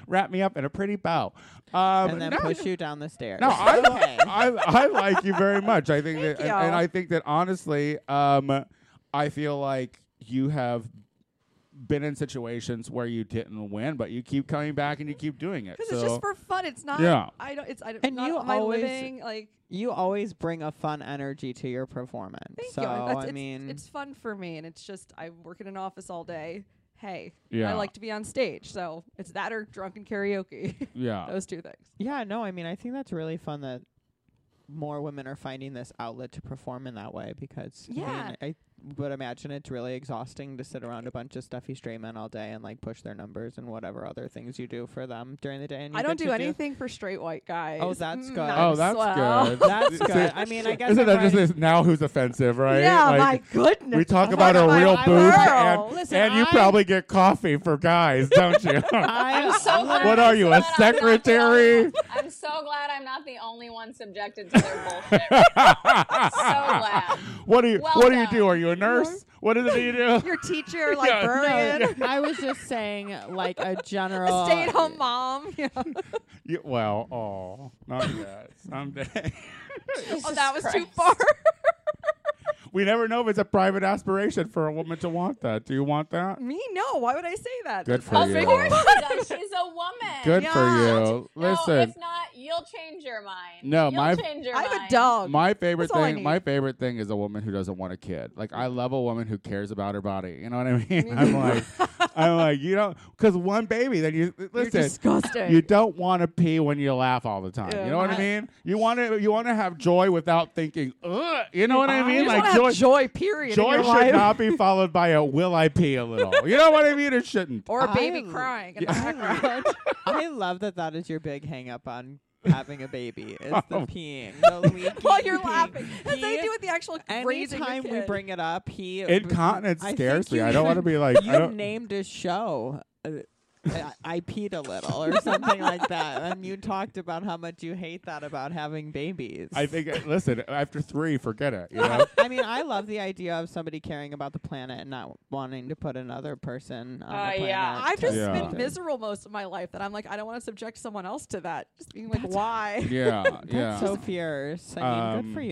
S2: Wrap me up in a pretty bow. Um,
S1: and then <laughs>
S2: no,
S1: push you down the stairs.
S2: No, I,
S1: okay.
S2: I I like you very much. I think that,
S5: Thank
S2: and,
S5: you.
S2: and I think that honestly, um, I feel like you have been in situations where you didn't win, but you keep coming back and you keep doing it.
S5: because
S2: so.
S5: it's just for fun. It's not.
S2: Yeah.
S5: I don't. It's. I don't.
S1: And
S5: not
S1: you
S5: my
S1: always-
S5: living. Like.
S1: you always bring a fun energy to your performance.
S5: Thank
S1: so
S5: you. That's-
S1: I
S5: it's,
S1: mean,
S5: it's fun for me, and it's just I work in an office all day. Hey,
S2: Yeah.
S5: I like to be on stage, so it's that or drunken karaoke. <laughs>
S2: yeah.
S5: Those two things.
S1: yeah, no, I mean, I think that's really fun that more women are finding this outlet to perform in that way because
S5: Yeah.
S1: I mean, I would imagine it's really exhausting to sit around a bunch of stuffy straight men all day and like push their numbers and whatever other things you do for them during the day. And you
S5: I don't
S1: get
S5: do
S1: to <laughs>
S5: anything for straight white guys.
S1: Oh, that's
S5: Mm,
S1: good.
S5: I'm
S2: Oh, that's
S5: swell. <laughs>
S2: good.
S1: That's
S2: See,
S1: good. I mean, I guess
S2: Isn't that
S1: everybody-
S2: just this now who's offensive, right?
S5: Yeah,
S2: Like,
S5: my goodness.
S2: we talk about a
S5: my
S2: real
S5: girl.
S2: boob, and,
S5: Listen,
S2: and you
S1: I-
S2: probably get coffee for guys, don't
S5: <laughs>
S2: you?
S1: I'm
S3: I'm so glad
S2: what
S3: I'm
S2: are you, a
S3: glad I'm not the only
S2: secretary?
S3: one- I'm so glad I'm not the only one subjected to their bullshit. so glad.
S2: <laughs> What do you? what do you
S3: Welcome.
S2: do? Are you a nurse? What is it that you
S5: <laughs>
S2: do?
S5: your
S2: <laughs>
S5: teacher,
S2: Yeah, no,
S5: librarian,
S2: yeah.
S1: I was just saying, like a general
S5: <laughs> a stay-at-home mom. <laughs> you know.
S2: You- well,
S5: <laughs>
S2: oh, not yet. <laughs> Someday
S5: Oh, that was too
S3: Christ.
S5: far.
S2: we never know if it's a private aspiration for a woman to want that. Do you want that?
S5: <laughs> Me? No. Why would I say that?
S2: Good
S5: That's
S2: for
S5: not
S3: Of
S2: you.
S5: fair.
S3: course she does. Oh She's a woman.
S2: Good
S5: Yeah.
S2: for you. Listen,
S3: No, if not, you'll change your mind.
S2: No,
S3: You'll
S2: my-
S3: change your
S5: I'm a
S3: mind.
S5: dog.
S2: My favorite
S5: That's all I
S2: thing,
S5: need. Mm.
S2: my favorite thing is a woman who doesn't want a kid. Like I love a woman who cares about her body. You know what I <laughs> mean? I'm like, I'm like, you know, because one baby, then you
S5: You're
S2: listen.
S5: disgusting.
S2: you don't want to pee when you laugh all the time.
S5: Yeah,
S2: you know what I
S5: my-
S2: mean? You want to you want to have joy without thinking. Ugh. You know what I
S5: You
S2: mean?
S5: just wanna
S2: Like
S5: have
S2: joy,
S5: joy. Period. in
S2: joy
S5: your
S2: should
S5: life.
S2: not be followed by a will I pee a little. You know what I mean? It
S5: <laughs>
S2: shouldn't.
S5: <laughs> Or a baby
S1: I'm-
S5: crying in
S2: <laughs>
S5: the
S2: Yeah.
S5: background.
S2: <laughs>
S5: <laughs>
S1: I love that that is your big hang up on having a baby. It's the
S2: <laughs> Oh.
S1: peeing. The leaky
S5: <laughs> While you're
S1: peeing.
S5: laughing, has nothing to
S1: He-
S5: do with the actual raising a
S1: Anytime we
S5: kid.
S1: bring it up, he
S2: Incontinence
S1: I think
S2: scares me.
S1: you
S2: I don't want to
S1: <laughs> should-
S2: be like. I
S1: You
S2: don't,
S1: named a show. uh, I, I peed a little or something like that, and you talked about how much you hate that about having babies.
S2: I think. Listen, after three, forget it.
S5: <laughs>
S2: You know.
S1: I mean, I love the idea of somebody caring about the planet and not wanting to put another person on the
S3: Oh,
S1: planet.
S3: yeah.
S5: Uh, I've just
S2: Yeah.
S5: been miserable most of my life that I'm like, I don't want to subject someone else to that. Just being like,
S2: <laughs>
S5: why?
S2: yeah. Yeah.
S1: That's so fierce. I mean, good for
S2: Um,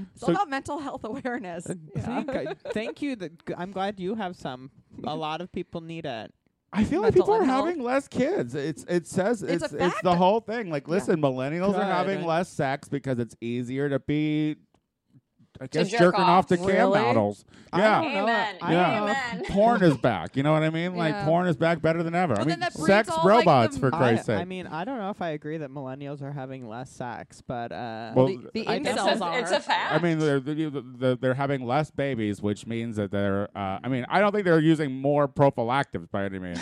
S1: you.
S5: It's all
S2: so-
S5: about mental health awareness. Yeah.
S1: Thank,
S5: <laughs>
S1: I- thank you. That g- I'm glad you have some. A lot of people need it.
S2: I feel like
S5: mental
S2: people are
S5: unhealth.
S2: having less kids. It's it says it's
S5: It's a
S2: it's,
S5: fact.
S2: the whole thing. Like, listen, millennials are
S1: Good.
S2: having less sex because it's easier to be, I guess,
S3: jerk
S2: jerking off,
S3: off.
S2: to cam
S5: Really?
S2: models.
S1: I
S2: Yeah,
S1: don't know.
S3: Amen.
S1: I don't know if
S2: <laughs>
S3: Amen.
S2: porn
S5: <laughs>
S2: is back. You know what I mean? Like,
S5: Yeah.
S2: porn is back better than ever. I
S5: Well,
S2: mean,
S5: then that breeds
S2: sex
S5: all, like,
S2: robots
S5: the-
S2: for
S1: I,
S2: Christ's sake.
S1: I mean, I don't know if I agree that millennials are having less sex, but uh,
S2: Well,
S5: the, the
S1: I
S5: incels
S1: guess
S3: It's
S5: are.
S3: a, it's a fact.
S2: I mean, they're, they're, they're- they're having less babies, which means that they're. Uh, I mean, I don't think they're using more prophylactics by any
S5: <laughs>
S2: means.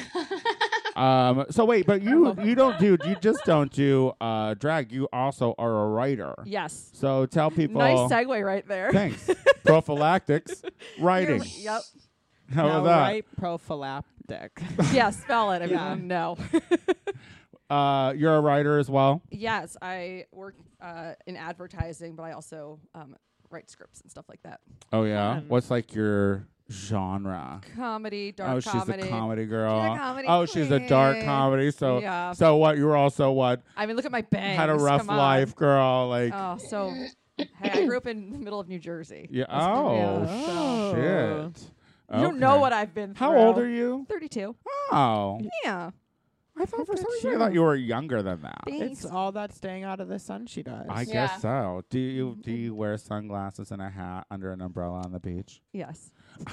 S2: um, so wait, but you you don't do you just don't do uh, drag. You also are a writer.
S5: Yes.
S2: So tell people.
S5: Nice segue right there. <laughs>
S2: Thanks. prophylactics
S5: You're-
S2: writing. <laughs>
S5: Yep.
S2: How
S1: now
S2: about that?
S1: right prophylactic. <laughs>
S5: Yeah, spell it.
S1: Yeah.
S2: <laughs>
S5: Everyone. No.
S2: Uh, you're a writer as well.
S5: yes, I work uh, in advertising, but I also um, write scripts and stuff like that.
S2: Oh
S5: Um,
S2: yeah.
S1: Fun.
S2: What's like your genre?
S5: Comedy,
S2: oh,
S5: dark
S2: she's
S5: comedy.
S2: a comedy girl.
S5: comedy
S2: oh, she's a dark
S5: queen.
S2: comedy. So,
S5: Yeah.
S2: so what? You were also what?
S5: I mean, look at my bangs.
S2: had a rough
S5: Come on.
S2: life, girl. Like,
S5: Oh, so hey, I grew up in the middle of New Jersey.
S2: yeah.
S5: That's what-
S2: Oh,
S5: yeah.
S1: Oh.
S2: shit.
S5: You don't know what I've been through.
S2: How old are you?
S5: 32.
S2: Oh,
S5: Yeah.
S2: I thought for
S1: at
S2: some reason I
S1: you.
S2: thought you were younger than that.
S1: it's all that staying out of the sun she does.
S2: I
S3: Yeah.
S2: guess so. Do you do you wear sunglasses and a hat under an umbrella on the beach?
S5: Yes. <laughs>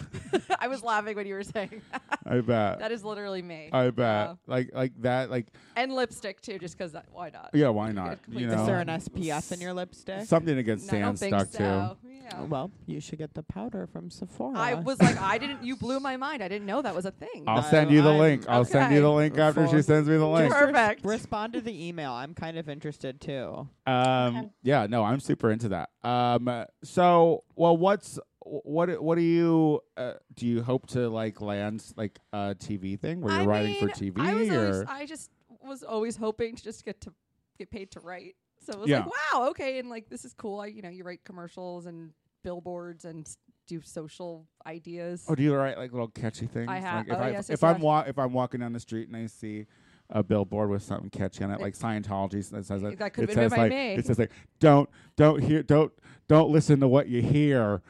S5: I was laughing when you were saying that.
S2: I bet.
S5: That is literally me.
S2: I bet.
S5: Yeah.
S2: Like uh, like that. Like
S5: And lipstick, too, just because why not?
S2: yeah. Why not?
S5: Good
S2: You
S5: point.
S2: know,
S1: Is there an SPF in your lipstick? Uh,
S2: something against
S5: No, I
S2: sand
S5: don't think
S2: stuck
S5: so.
S2: too.
S5: Yeah.
S1: Well, you should get the powder from Sephora.
S5: I was like, I didn't, you blew my mind. I didn't know that was a thing.
S2: I'll
S1: No,
S2: send you the
S1: I'm-
S2: link. I'll send you
S5: okay.
S2: the link after she
S1: For-
S2: sends me the
S1: Just
S2: link.
S1: res- <laughs>
S5: Perfect.
S1: Respond to the email. I'm kind of interested too.
S2: Um, Yeah, no, I'm super into that. Um, so, well, what's what? What do you uh, do? You hope to like land like a TV thing where you're
S5: I
S2: writing for
S5: mean,
S2: TV,
S5: I, was
S2: or
S5: always, I just was always hoping to just get to get paid to write. So it was
S2: Yeah.
S5: like, wow, okay, and like this is cool. I, you know, you write commercials and billboards and s- do social ideas.
S2: oh, do you write like little catchy things?
S5: I ha-
S2: like if
S5: oh,
S2: I
S5: yes,
S2: if
S5: yes,
S2: I'm
S5: yes.
S2: wa- if I'm walking down the street and I see. A billboard with something catchy on it,
S5: It-
S2: like Scientology. That says it.
S5: That could've
S2: it
S5: been
S2: says,
S5: written by
S2: like,
S5: me.
S2: It says like, don't, don't hear, don't, don't listen to what you
S5: <laughs>
S2: hear.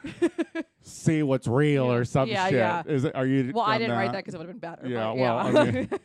S2: see what's real or some
S5: Yeah,
S2: shit.
S5: yeah.
S2: Is it, are you?
S5: well, I
S2: done
S5: didn't write that
S2: that?
S5: because it would have been better.
S2: Yeah,
S5: but
S2: well,
S5: yeah.
S2: I mean, <laughs>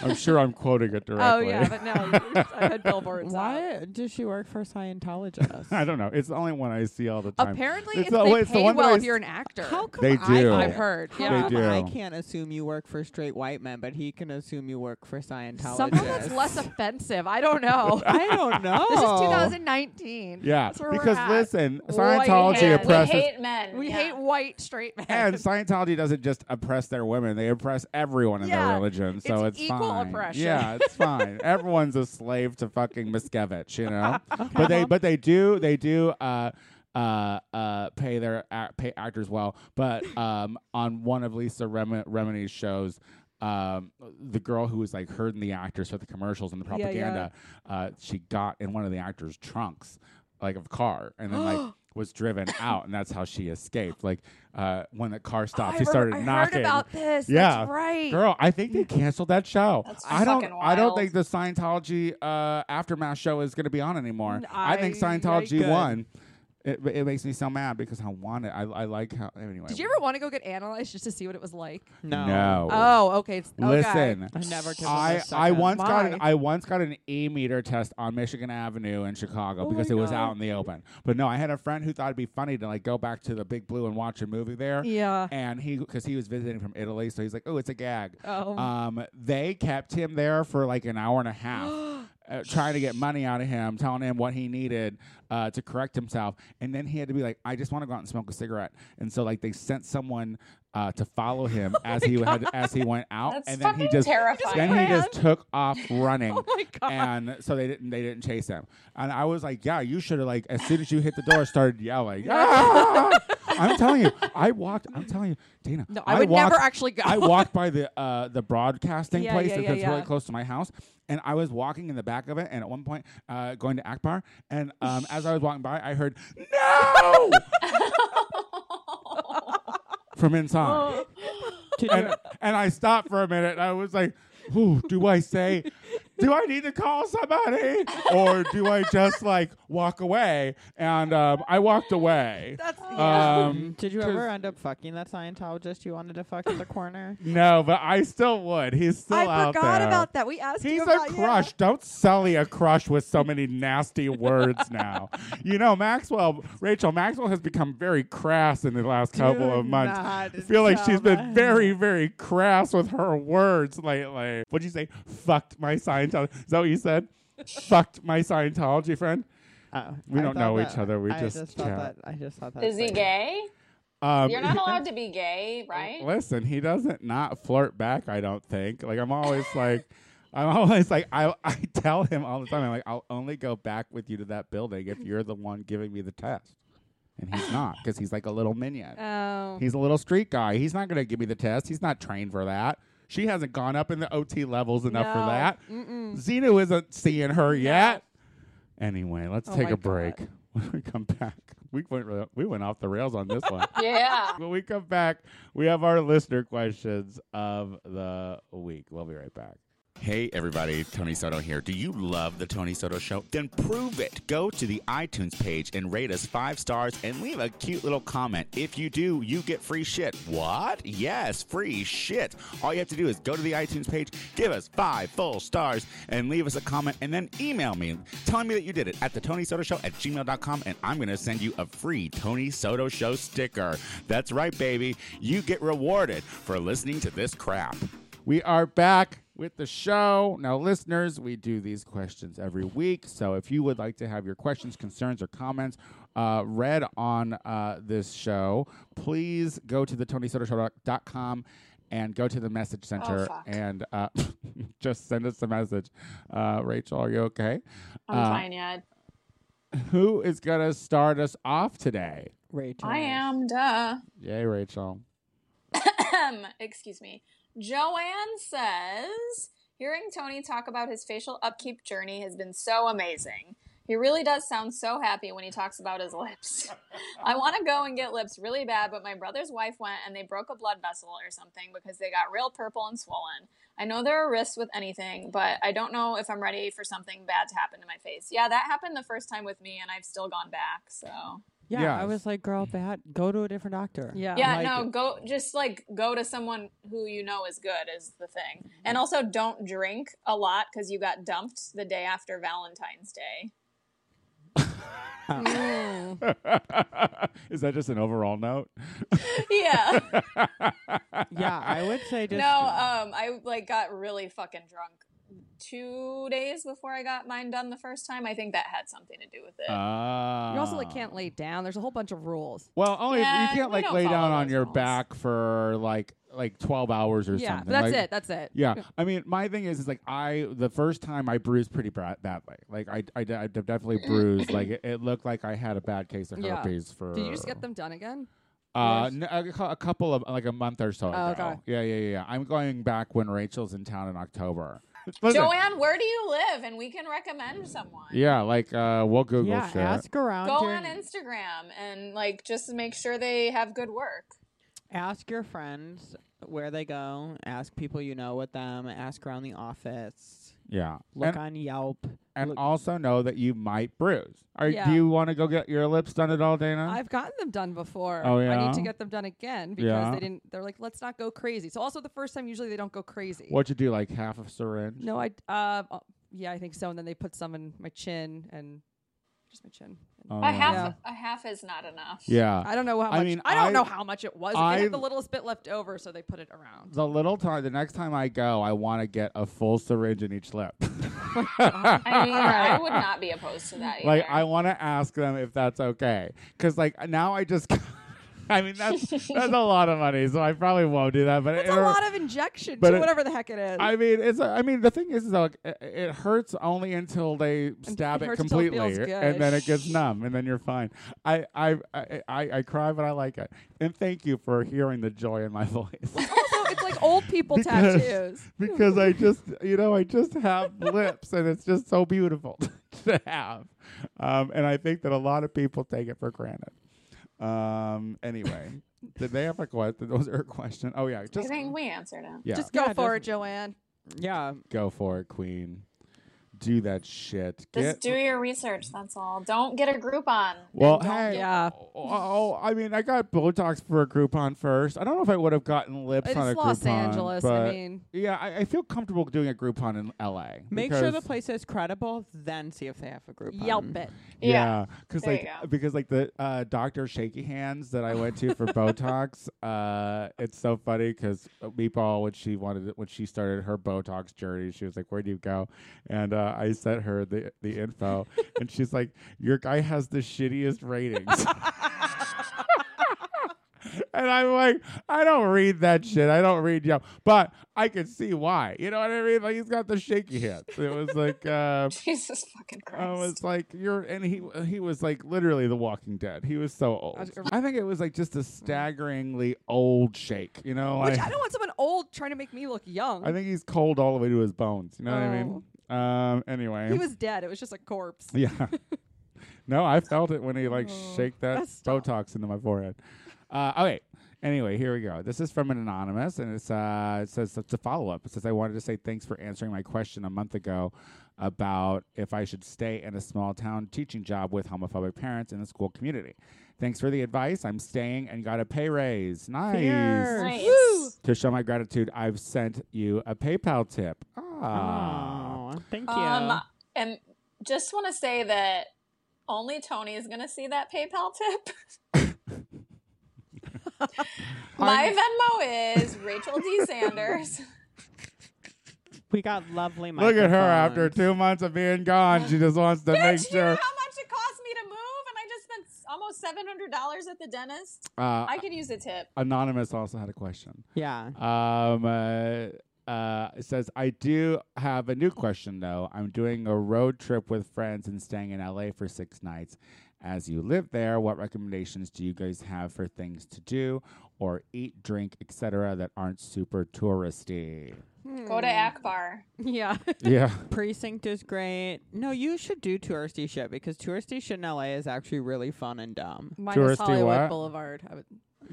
S2: I'm sure I'm quoting it
S5: <laughs> oh
S2: directly. <laughs>
S5: yeah, but no, I had billboards. out.
S1: Why does she work for Scientologists?
S2: <laughs> I don't know. It's the only one I see all the time.
S5: Apparently,
S2: It's
S5: it's,
S2: the-
S5: they
S2: it's the
S5: pay
S2: one
S5: well
S2: where
S5: if
S2: I-
S5: you're an actor.
S1: How come
S2: They
S1: I,
S2: do.
S1: I
S5: I've heard.
S1: How
S5: Yeah.
S2: They do.
S1: come I can't assume you work for straight white men, but he can assume you work for Scientologists. Oh,
S5: Somehow that's less offensive. I
S2: <laughs>
S5: don't know.
S1: I don't know.
S5: <laughs> this is 2019.
S2: yeah,
S5: That's where we're
S2: because
S5: at.
S2: listen,
S5: White
S2: Scientology
S5: men.
S3: And we
S2: oppresses,
S3: hate men.
S5: we
S3: Yeah.
S5: hate <laughs> white straight men. <laughs>
S2: and Scientology doesn't just oppress their women; they oppress everyone in
S5: Yeah,
S2: their religion. So it's,
S5: it's equal
S2: fine.
S5: oppression.
S2: Yeah, it's fine. Everyone's a slave to fucking Miscavige, you know. But
S5: Uh-huh.
S2: they, but they do, they do. Uh, uh, uh, pay their act, pay actors well, but um, on one of Lisa Rem- Remini's shows, um, the girl who was like herding the actors for the commercials and the
S5: yeah.
S2: propaganda, uh, she got in one of the actors' trunks, like of a car, and then
S5: <gasps>
S2: like was driven out, and that's how she escaped. Like uh, when the car stopped,
S5: I
S2: she started
S5: remember- I
S2: knocking.
S5: heard about this.
S2: Yeah,
S5: That's right.
S2: girl. I think they canceled that show.
S3: That's
S2: I don't.
S3: fucking
S2: I don't
S3: wild.
S2: think the Scientology uh, aftermath show is going to be on anymore.
S5: N-
S2: I, think
S5: I-
S2: Scientology
S1: good.
S2: won. It, but it makes me so mad because I want it. I, I like how. Anyway.
S5: Did you ever want to go get analyzed just to see what it was like?
S1: No.
S2: No.
S5: Oh, okay. It's, okay.
S2: Listen.
S1: I never took
S2: I, I once got an
S5: Why?
S2: I once got an e meter test on Michigan Avenue in Chicago
S5: Oh
S2: because it
S5: my
S2: was
S5: God.
S2: out in the open. But no, I had a friend who thought it'd be funny to like go back to the Big Blue and watch a movie there.
S5: Yeah.
S2: And he because he was visiting from Italy, so he's like, oh, it's a gag.
S5: Oh.
S2: Um, they kept him there for like an hour and a
S5: <gasps>
S2: half, uh, trying to get money out of him, telling him what he needed uh, to correct himself, and then he had to be like, "I just want to go out and smoke a cigarette." And so, like, they sent someone uh, to
S5: <laughs>
S2: follow
S5: Oh
S2: him as he had, as he went out,
S3: That's
S2: and then he
S3: fucking
S2: just
S3: terrifying.
S2: then he just took off
S5: <laughs>
S2: running.
S5: oh <laughs> my god.
S2: And so they didn't. They didn't chase him. And I was like, "Yeah, you should have like as soon as you hit the door, started
S5: <laughs>
S2: yelling." <laughs> "Ah!" I'm telling you, I walked. I'm telling you, Dana.
S5: no, I would
S2: walked,
S5: never actually go.
S2: I walked by the uh, the broadcasting
S5: Yeah,
S2: place
S5: yeah,
S2: that's
S5: yeah, yeah.
S2: really close to my house, and I was walking in the back of it, and at one point, uh, going to Akbar, and um, as I was walking by, I heard
S5: <laughs>
S2: no from inside,
S5: Oh.
S1: Did you-
S2: and, and I stopped for a minute, and I was like, "Who do I say? do I need to call somebody, or do I just like walk away?" And um, I walked away.
S5: <laughs> That's the
S2: Um,
S1: Did you
S2: 'cause-
S1: ever end up fucking that Scientologist you wanted to fuck at the
S2: <laughs>
S1: corner?
S2: No, but I still would. He's still
S5: I
S2: out there.
S5: forgot about that. We asked
S2: He's
S5: you
S2: a
S5: about yeah.
S2: crush. Don't sully a crush with so many nasty words now. You know, Maxwell, Rachel Maxwell has become very crass in the last couple of months. I feel like she's been very, very crass with her words lately. What'd you say? Fucked my Scientology. Is that what you
S3: <laughs>
S2: said? Fucked my Scientology friend.
S1: Oh,
S2: Uh, We
S1: I
S2: don't
S1: thought
S2: know
S1: that-
S2: each other. We
S1: I
S2: just
S1: thought
S2: chat.
S1: that. I just thought that.
S3: <laughs> Is he
S1: was-
S3: gay?
S2: Um, <laughs>
S3: You're not allowed to be gay, right?
S2: Listen, he doesn't not flirt back. I don't think. Like I'm always like, I'm always like I I tell him all the time. I'm like I'll only go back with you to that building if you're the one giving me the test, and he's not because he's like a little minion.
S5: Oh.
S2: He's a little street guy. He's not gonna give me the test. He's not trained for that. She hasn't gone up in the OT levels enough for
S5: No.
S2: that.
S5: Mm-mm.
S2: Zeno isn't seeing her yet. Anyway, let's
S5: Oh
S2: take
S5: my
S2: a
S5: God.
S2: break. <laughs> When we come back, we went re- we went off the rails on this one.
S3: Yeah.
S2: When we come back, we have our listener questions of the week. We'll be right back. Hey everybody, Tony Soto here. Do you love the Tony Soto show? Then prove it. Go to the iTunes page and rate us 5 stars and leave a cute little comment. If you do, you get free shit. What? Yes, free shit. All you have to do is go to the iTunes page, give us 5 full stars and leave us a comment and then email me telling me that you did it at the Tony Soto show at gmail.com and I'm going to send you a free Tony Soto show sticker. That's right, baby. You get rewarded for listening to this crap. We are back with the show. Now, listeners, we do these questions every week. So if you would like to have your questions, concerns, or comments uh, read on uh, this show, please go to the TonySotoShow.com and go to the message
S5: Oh,
S2: center
S3: fuck.
S2: and uh, <laughs> just send us a message. Uh, Rachel, are you okay?
S3: I'm
S2: Uh,
S3: fine, yeah.
S2: Who is going to start us off today?
S1: Rachel.
S3: I am, duh.
S2: Yay, Rachel. <laughs>
S3: Um, Excuse me. Joanne says, hearing Tony talk about his facial upkeep journey has been so amazing. He really does sound so happy when he talks about his lips. <laughs> I want to go and get lips really bad, but my brother's wife went and they broke a blood vessel or something because they got real purple and swollen. I know there are risks with anything, but I don't know if I'm ready for something bad to happen to my face. Yeah, that happened the first time with me, and I've still gone back. So,
S1: Yeah, I
S2: Yes.
S1: was like, girl, bad. Go to a different doctor.
S5: Yeah.
S3: yeah,
S1: like
S3: no, go just like go to someone who you know is good is the thing. And also don't drink a lot cuz you got dumped the day after Valentine's Day. <laughs>
S5: Mm.
S2: is that just an overall note?
S3: Yeah.
S1: yeah, I would
S3: <laughs>
S1: say just.
S3: no, um I like got really fucking drunk 2 days before I got mine done the first time. I think that had something to do with it.
S2: Ah.
S5: You also like can't lay down. There's a whole bunch of rules.
S2: Well, only if
S3: Yeah,
S2: you can't
S3: we
S2: like
S3: don't
S2: lay
S3: follow
S2: down on
S3: those
S2: your
S3: rules.
S2: back for like like twelve hours or
S5: Yeah,
S2: something.
S5: but that's
S2: Like,
S5: it. That's it.
S2: Yeah, I mean, my thing is, is like I the first time I bruised pretty bra- badly. Like I, I, de- I de- definitely bruised. like it, it looked like I had a bad case of
S5: Yeah.
S2: herpes. For
S5: Did you just get them done again?
S2: Uh,
S5: bruised?
S2: n- a, cou- a couple of like a month or so
S5: Oh,
S2: ago.
S5: okay.
S2: Yeah, yeah, yeah, yeah. I'm going back when Rachel's in town in October. <laughs> Listen,
S3: Joanne, where do you live and we can recommend someone.
S2: yeah, like uh, we'll Google
S1: yeah,
S2: shit.
S1: ask around.
S3: Go
S1: your,
S3: on Instagram and like just make sure they have good work.
S1: ask your friends where they go, ask people you know with them, ask around the office,
S2: Yeah.
S1: look
S2: and
S1: on Yelp.
S2: and
S1: look-
S2: also know that you might bruise. Are,
S5: Yeah.
S2: Do you want to go get your lips done at all, Dana?
S5: I've gotten them done before.
S2: Oh,
S5: I need to
S2: yeah?
S5: get them done again because
S2: Yeah.
S5: they didn't. They're like, let's not go crazy. So also the first time, usually they don't go crazy.
S2: What'd you do? Like half a syringe?
S5: No, I. Uh, uh, yeah, I think so. And then they put some in my chin and just my chin. And
S2: Oh,
S3: A
S2: yeah.
S3: half, a half is not enough.
S2: Yeah.
S5: I don't know how
S2: I
S5: much. I,
S2: mean,
S5: don't
S2: I-
S5: know how much it was. I had
S2: I've-
S5: the littlest bit left over, so they put it around.
S2: The little time, the next time I go, I want to get a full syringe in each lip. <laughs>
S3: I mean, I would not be opposed to that. Either.
S2: like I want to ask them if that's okay, because like now I just, <laughs> I mean that's that's a lot of money, so I probably won't do that. But
S5: That's
S2: it,
S5: a lot of injection,
S2: but
S5: too,
S2: it-
S5: whatever the heck it is.
S2: I mean, it's. A, I mean, the thing is, is like, it, it hurts only until they stab
S5: it
S2: it,
S5: hurts until it
S2: completely,
S5: feels good.
S2: and then it gets numb, and then you're fine. I, I, I, I, I cry, but I like it. And thank you for hearing the joy in my <laughs> voice.
S5: also, it's like old
S2: <laughs>
S5: people
S2: Because-
S5: tattoos.
S2: because I just, you know, I just have lips, and it's just so beautiful <laughs> to have. Um, and I think that a lot of people take it for granted. Um, anyway, did they have a question? Was there a question? Oh yeah,
S3: I
S2: just
S3: think we answered it.
S2: yeah,
S5: Just go
S1: Yeah, it
S5: for it, Joanne.
S1: Yeah,
S2: go for it, Queen. Do that shit. Get
S3: Just do your research. That's all. Don't get a Groupon.
S2: well.
S3: Don't
S2: Hey,
S5: Yeah.
S2: oh, oh, I mean, I got Botox for a Groupon first. I don't know if I would have gotten lips
S5: It's
S2: on a
S5: Los
S2: Groupon,
S5: Angeles.
S2: but-
S5: I mean,
S2: yeah, I, I feel comfortable doing a Groupon in L.A.
S1: make sure the
S2: because-
S1: place is credible, then see if they have a group.
S5: Yelp it.
S2: Yeah, because
S3: There
S2: like
S3: you go.
S2: because like the uh, doctor shaky hands that I went to
S3: <laughs>
S2: for Botox. Uh, it's so funny because Meatball when she wanted it- when she started her Botox journey, she was like, "Where do you go?" And uh, I sent her the the
S3: <laughs>
S2: info, and she's like, "Your guy has the shittiest ratings." <laughs> And I'm like, I don't read that shit. I don't read Yelp, but I can see why. You know what I mean? Like he's got the shaky hands. It was like, uh,
S3: <laughs> Jesus fucking
S2: I
S3: Christ.
S2: was like, "You're," and he he was like literally The Walking Dead. He was so old.
S5: was- Mm-hmm.
S2: I think it was like just a staggeringly old shake. You know,
S5: Which
S2: like,
S5: I don't want someone old trying to make me look young.
S2: I think he's cold all the way to his bones. You know what I mean? Um. Anyway,
S5: Oh. he was dead. It was just a corpse.
S2: yeah. no, I felt it when he like shake that
S5: Oh, that's tough.
S2: Botox into my forehead. Uh, okay. Anyway, here we go. This is from an anonymous, and it's uh, it says it's a follow up. It says I wanted to say thanks for answering my question a month ago about if I should stay in a small town teaching job with homophobic parents in the school community. Thanks for the advice. I'm staying and got a pay raise. Nice.
S1: Cheers.
S3: nice.
S2: To show my gratitude, I've sent you a PayPal tip. Ah.
S1: Oh, thank you.
S3: Um, and just want to say that only Tony is going to see that PayPal
S2: <laughs>
S3: tip. My Venmo is Rachel D. Sanders.
S1: we got lovely.
S2: Look at her after
S1: microphones.
S2: two months of being gone. She just wants to <laughs> make
S3: Bitch, you know
S2: sure.
S3: how much it cost me to move, and I just spent almost seven hundred dollars at the dentist.
S2: Uh,
S3: I could use a tip.
S2: Anonymous also had a question.
S1: Yeah.
S2: Um, uh, uh, it says, I do have a new question though. I'm doing a road trip with friends and staying in LA for six nights. As you live there, what recommendations do you guys have for things to do or eat, drink, etc., that aren't super
S3: <laughs>
S2: touristy?
S3: Go to Akbar.
S5: <laughs> Yeah.
S2: yeah.
S1: Precinct is great. No, you should do touristy shit because touristy shit in LA is actually really fun and dumb.
S5: Minus
S2: Touristy
S5: Hollywood
S2: what?
S5: Boulevard. I would,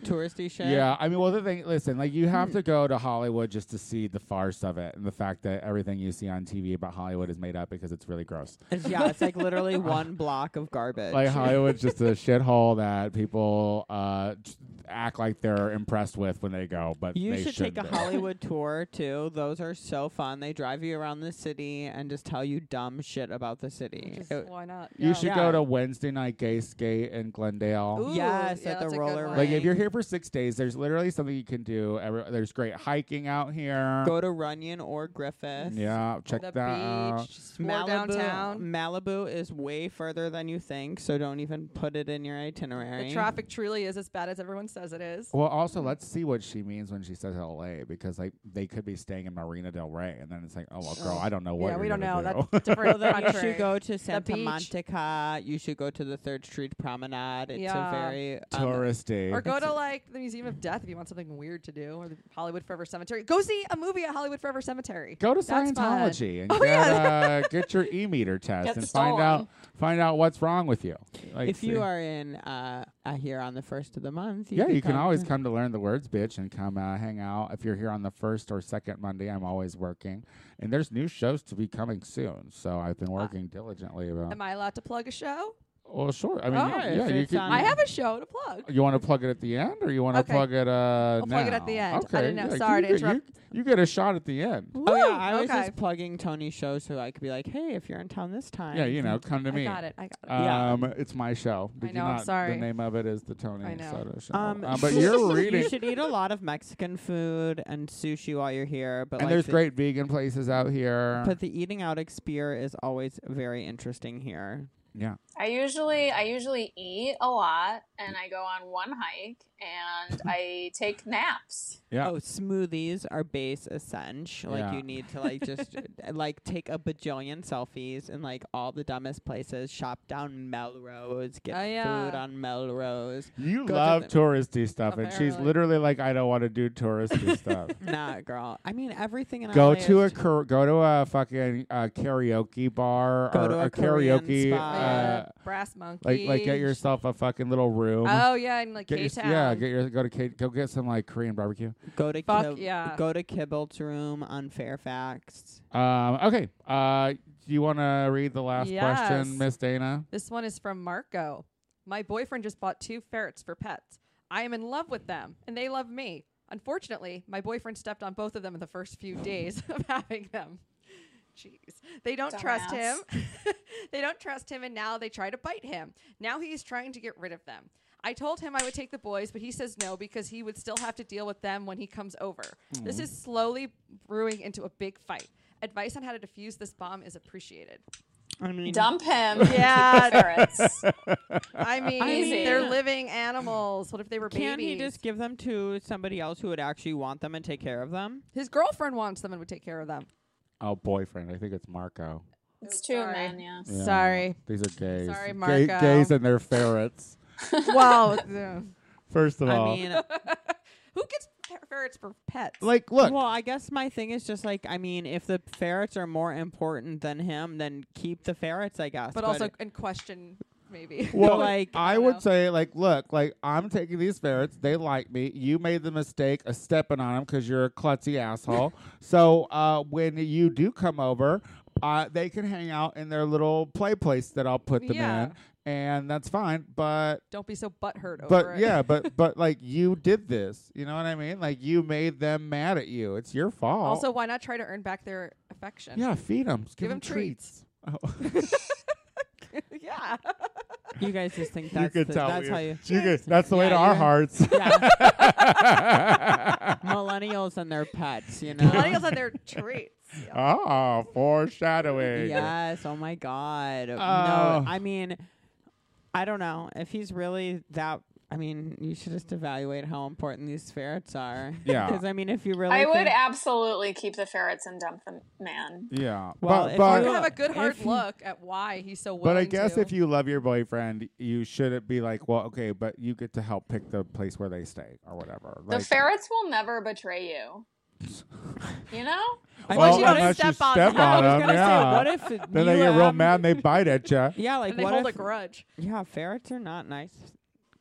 S1: Touristy shit.
S2: Yeah, I mean, well, the thing, listen, like you
S1: Hmm.
S2: have to go to Hollywood just to see the farce of it and the fact that everything you see on TV about Hollywood is made up because it's really gross.
S1: It's, yeah, it's like
S2: <laughs>
S1: literally one block of garbage.
S2: Like Hollywood's just
S1: <laughs>
S2: a shithole that people uh, t- act like they're impressed with when they go, but
S1: you
S2: they
S1: should take a
S2: shouldn't be.
S1: Hollywood tour too. Those are so fun. They drive you around the city and just tell you dumb shit about the city.
S5: just,
S1: It-
S5: why not?
S2: You
S5: Yeah.
S2: should
S1: Yeah.
S2: go to Wednesday night gay skate in Glendale.
S5: Ooh,
S1: yes,
S5: yeah,
S1: at the
S5: that's a good
S1: roller
S5: one.
S2: Like if
S1: rink.
S2: you're here for six days, there's literally something you can do. Every, there's great hiking out here.
S1: Go to Runyon or Griffith.
S2: yeah, check
S5: the
S2: that out.
S5: beach, explore downtown.
S1: Malibu is way further than you think, so don't even put it in your itinerary.
S2: <laughs>
S5: The traffic truly is as bad as everyone says it is.
S2: Well, also let's see what she means when she says LA because like they could be staying in Marina Del Rey, and then it's like, oh well, girl, I don't know what.
S5: yeah, we
S2: you're
S5: don't know.
S2: gonna do. <laughs>
S5: That's different.
S1: You
S5: country.
S1: should go to Santa
S5: beach.
S1: Monica. You shoulduld go to the Third Street Promenade. It's
S5: Yeah.
S1: a
S2: <laughs>
S1: very um,
S2: touristy. <laughs>
S5: or go to like the Museum of Death if you want something weird to do, or the Hollywood Forever Cemetery. Go see a movie at Hollywood Forever Cemetery.
S2: Go to
S5: That's fun.
S2: Scientology and
S5: Oh,
S2: get,
S5: yeah. <laughs>
S2: uh, get your e meter test
S3: Get
S2: and
S3: the
S2: find
S3: stall
S2: out
S3: on.
S2: find out what's wrong with you. Like,
S1: if you
S2: see-
S1: are in uh, uh here on the first of the month, you
S2: yeah,
S1: could
S2: you can
S1: come
S5: Mm.
S1: Oh,
S2: always
S1: to-
S2: come to learn the words, bitch, and come uh, hang out. If you're here on the first or second Monday, I'm always working, and there's new shows to be coming soon. So I've
S5: Uh,
S2: been working diligently about.
S5: Am I allowed to plug a show?
S2: well, sure. I mean,
S5: um, Oh,
S2: yeah,
S1: if
S2: yeah, you
S1: it's
S2: can.
S1: on-
S5: I have a show to plug.
S2: You want to plug it at the end, or you want to
S5: Okay.
S2: plug it? Uh,
S5: I'll plug it at the
S2: now?
S5: end. I
S2: Okay.
S5: didn't know.
S2: yeah, you,
S5: Sorry to
S2: get-
S5: interrupt.
S2: You, you get a shot at the end.
S1: Oh yeah,
S5: Woo!
S1: I was
S5: okay.
S1: just plugging Tony's show so I could be like, hey, if you're in town this time,
S2: Yeah, you know, come to
S5: I
S2: me.
S5: got it. I got it.
S1: Yeah.
S2: Um, it's my show.
S5: I
S2: Did you
S5: know, I'm
S2: not-
S5: sorry.
S2: The name of it is the Tony
S5: I
S2: and
S5: know.
S2: Soto Show.
S1: Um,
S2: Uh,
S1: <laughs>
S2: but
S1: you
S2: you're
S1: should-
S2: reading,
S1: You should eat a lot of Mexican food and sushi while you're here. But
S2: and
S1: like
S2: there's
S1: the-
S2: great vegan places out here.
S1: But the eating out experience is always very interesting here.
S2: yeah,
S3: I usually I usually eat a lot and I go on one hike and I take naps.
S2: yeah.
S1: Oh, smoothies are base essential. Like
S2: Yeah.
S1: you need to like just uh, like take a bajillion selfies in like all the dumbest places. Shop down Melrose. Get
S5: Oh, yeah.
S1: food on Melrose.
S2: You
S1: Go to
S2: love
S1: the-
S2: touristy stuff, and she's
S5: Apparently.
S2: literally like, "I don't want to do
S5: <laughs>
S2: touristy stuff."
S1: nah, girl. I mean everything. In
S2: Go
S1: LA
S2: to a
S1: is
S2: kar- go to a fucking uh, karaoke bar
S1: Go
S2: or
S1: to a Korean
S2: karaoke,
S1: spot.
S2: uh,
S1: Yeah.
S5: Brass Monkey.
S2: like like get yourself a fucking little room.
S5: Oh yeah, and like
S2: Get
S5: K
S2: your,
S5: Town.
S2: yeah, get your go to K- go get some like Korean barbecue.
S1: Go to
S5: Fuck
S1: Kib-
S5: yeah.
S1: Go to Kibble's room on Fairfax.
S2: Um, okay, uh, do you want to read the last question,
S5: Yes.
S2: Miss Dana?
S5: This one is from Marco. My boyfriend just bought two ferrets for pets. I am in love with them, and they love me. Unfortunately, my boyfriend stepped on both of them in the first few days <laughs> of having them. Jeez. They don't trust him.
S3: Dumbass.
S5: <laughs> they don't trust him, and now they try to bite him. Now he is trying to get rid of them. I told him I would take the boys, but he says no because he would still have to deal with them when he comes over. This is slowly brewing into a big fight. Advice on how to defuse this bomb is appreciated.
S1: I mean,
S3: Dump him.
S5: Yeah. <laughs>
S3: Take ferrets.
S5: I mean,
S3: Easy.
S5: they're living animals. What if they were
S1: Can he
S5: babies?
S1: just give them to somebody else who would actually want them and take care of them?
S5: His girlfriend wants them and would take care of them.
S2: Oh, boyfriend, I think it's Marco.
S3: It's two
S5: Sorry.
S3: men, yeah.
S2: Yeah.
S5: Sorry.
S2: These are gays.
S5: Sorry,
S2: Gay-
S5: Marco.
S2: gays and their ferrets.
S5: <laughs> <laughs> well, yeah.
S2: First of all,
S1: I mean,
S5: who gets fer- ferrets for pets?
S2: like look,
S1: well, I guess my thing is just like, I mean, if the ferrets are more important than him, then keep the ferrets, I guess.
S5: but also
S1: it-
S5: in question, maybe.
S2: Well,
S1: like,
S2: I
S5: you
S2: would
S5: know.
S2: say, like, look, like I'm taking these ferrets. They like me. You made the mistake of stepping on them because you're a klutzy <laughs> asshole. so uh, when you do come over, uh, they can hang out in their little play place that I'll put them
S5: Yeah.
S2: in, and that's fine. But
S5: <laughs> Don't be so butthurt over
S2: but
S5: it.
S2: yeah, but but like you did this. You know what I mean? Like you made them mad at you. It's your fault.
S5: Also, why not try to earn back their affection?
S2: yeah, feed them. Give,
S5: 'em
S2: them treats. Oh.
S5: <laughs>
S2: <laughs>
S5: yeah.
S1: you guys just think that's, the, that's how you.
S2: you could, that's the way
S1: Yeah,
S2: to our
S1: you're-
S2: hearts. <laughs>
S1: Yeah, millennials and their pets, you know?
S5: Millennials and their
S2: <laughs>
S5: treats. Yeah.
S2: Oh, foreshadowing.
S1: Yes. Oh my God.
S2: Oh.
S1: No. I mean, I don't know if he's really that. I mean, you should just evaluate how important these ferrets are.
S2: <laughs> Yeah.
S1: Because I mean, if you really,
S3: I would
S1: think-
S3: absolutely keep the ferrets and dump the man.
S2: Yeah.
S1: Well,
S2: but
S1: if
S5: You
S2: but,
S1: you-
S5: have a good hard
S1: If you-
S5: look at why he's so willing
S2: Uh, but I guess
S5: to.
S2: if you love your boyfriend, you shouldn't be like, well, okay, but you get to help pick the place where they stay or whatever.
S3: The
S2: Like,
S3: ferrets will never betray you. You know?
S1: <laughs> I
S2: well,
S1: mean,
S5: you don't
S2: unless you
S5: step on
S2: step
S5: them.
S1: I was
S2: on them,
S1: gonna
S2: yeah.
S1: say, what if
S2: then
S1: you,
S2: they get real
S1: um,
S2: mad and they bite
S1: <laughs>
S2: at you.
S1: Yeah, like
S5: and they
S1: what
S5: hold a
S1: if,
S5: grudge.
S1: Yeah, ferrets are not nice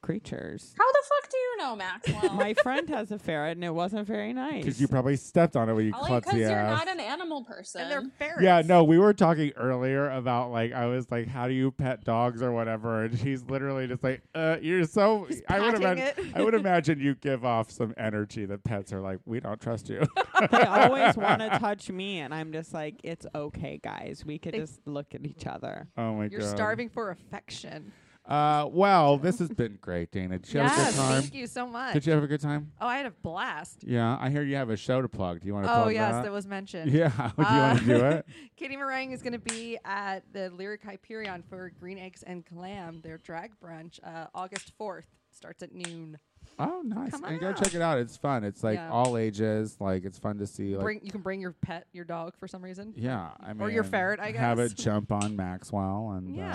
S1: creatures.
S3: How the fuck do you know, Maxwell?
S1: My friend has a ferret, and it wasn't very nice.
S2: Because you probably stepped on it when you
S3: Only because
S2: klutzy
S3: you're
S2: ass.
S3: not an animal person.
S5: And they're ferrets.
S2: Yeah, no, we were talking earlier about like I was like, "How do you pet dogs or whatever?" And she's literally just like, "Uh, you're so." I would
S5: patting
S2: imagine.
S5: it. <laughs>
S2: I would imagine you give off some energy that pets are like, "We don't trust
S5: <laughs>
S2: you." <laughs>
S1: they always want to touch me, and I'm just like, it's okay, guys. We could
S5: They-
S1: just look at each other.
S2: oh my god,
S5: You're starving for affection.
S2: Uh, well, this has been great, Dana. Did you have a
S5: Yes,
S2: good time?
S5: thank you so much.
S2: Did you have a good time?
S5: Oh, I had a blast.
S2: Yeah, I hear you have a show to plug. Do you want to
S5: Oh,
S2: plug
S5: yes, Uh,
S2: that?
S5: that was mentioned.
S2: yeah, <laughs> would you want to do
S5: <laughs>
S2: it?
S5: Katie Meringue is going to be at the Lyric Hyperion for Green Eggs and Clam, their drag brunch, uh, August 4th. Starts at noon.
S2: Oh, nice!
S5: Come on
S2: and go
S5: out.
S2: check it out. It's fun. It's like
S5: Yeah.
S2: all ages. Like it's fun to see. Like
S5: bring you can bring your pet, your dog for some reason.
S2: yeah, I mean,
S5: Or your ferret, I
S2: Have it
S5: guess. <laughs>
S2: jump on Maxwell, and
S5: Yeah.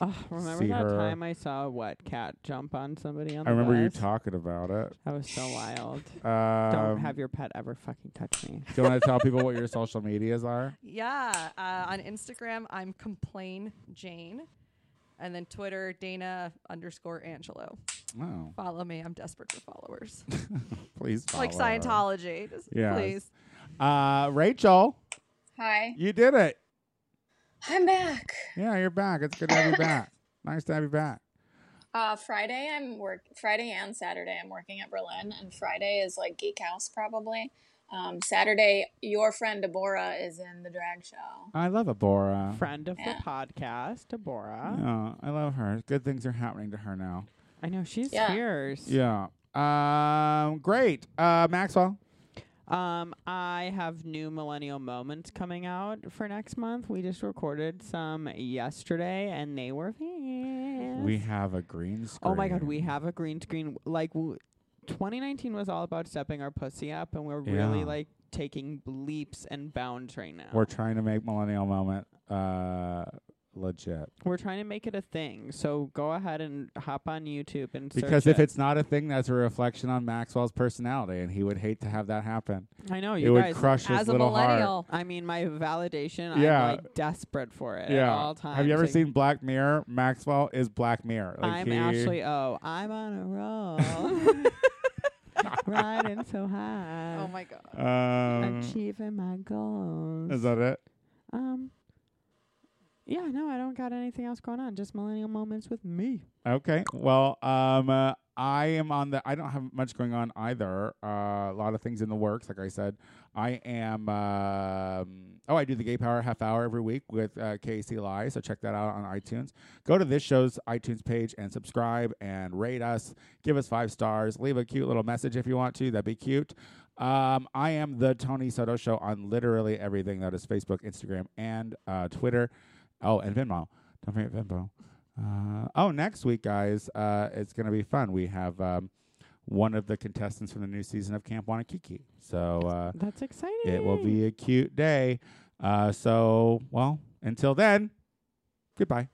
S2: uh,
S1: Oh, remember
S2: See
S1: that
S2: her.
S1: time I saw what cat jump on somebody on
S2: I
S1: the
S2: remember you
S1: bus?
S2: talking about it.
S1: That was so wild.
S2: Um,
S1: Don't have your pet ever fucking touch me.
S2: do you want to tell people what your social medias are?
S5: Yeah. Uh, on Instagram, I'm complain Jane, and then Twitter Dana underscore Angelo.
S2: Oh, <laughs>
S5: Follow me. I'm desperate for followers. <laughs>
S2: please.
S5: like
S2: follow her.
S5: Scientology. Just
S2: Yes.
S5: Please.
S2: Uh, Rachel,
S3: Hi.
S2: you did it.
S3: I'm back.
S2: Yeah, you're back. It's good to have you <coughs> back. Nice to have you back.
S3: Uh, Friday I'm work Friday and Saturday I'm working at Berlin and Friday is like Geek House probably. Um, Saturday your friend Deborah is in the drag show.
S2: I love Abora.
S1: Friend of the
S3: Yeah.
S1: podcast, Deborah.
S2: Yeah, I love her. Good things are happening to her now.
S1: I know she's
S3: Yeah.
S1: fierce.
S2: Yeah. Um. Great. Uh. Maxwell.
S1: Um, I have new millennial moments coming out for next month. We just recorded some yesterday, and they were fierce.
S2: We have a green screen.
S1: Oh my god, we have a green screen. Like, w- 2019 was all about stepping our pussy up, and we're really
S2: Yeah.
S1: like taking leaps and bounds right now.
S2: We're trying to make millennial moment uh legit
S1: We're trying to make it a thing. So go ahead and hop on YouTube and
S2: because
S1: search
S2: if
S1: it.
S2: it's not a thing, that's a reflection on Maxwell's personality, and he would hate to have that happen.
S1: I know
S2: it
S1: you
S2: would
S1: guys.
S2: crush his
S5: As a
S2: little heart.
S5: millennial,
S1: I mean, my validation.
S2: Yeah.
S1: I'm like desperate for it at
S2: yeah.
S1: all times.
S2: Have you ever
S1: Like,
S2: seen Black Mirror? Maxwell is Black Mirror. Like
S1: I'm
S2: he,
S1: Ashley O. I'm on a roll. <laughs> Riding so high.
S5: Oh my god.
S2: Um,
S1: Achieving my goals.
S2: is that it?
S1: um. Yeah, no, I don't got anything else going on. Just millennial moments with me.
S2: Okay. Well, um, uh, I am on the. I don't have much going on either. Uh, a lot of things in the works. Like I said, I am. Um, oh, I do the Gay Power half hour every week with uh, Casey Lai. So check that out on iTunes. Go to this show's iTunes page and subscribe and rate us. Give us five stars. Leave a cute little message if you want to. That'd be cute. Um, I am the Tony Soto Show on literally everything that is Facebook, Instagram, and uh, Twitter. Oh, and Venmo. Don't forget Venmo. Uh, oh, next week, guys, uh, it's going to be fun. We have um, one of the contestants from the new season of Camp Wanakiki. So uh,
S1: That's exciting.
S2: it will be a cute day. Uh, so, well, until then, goodbye.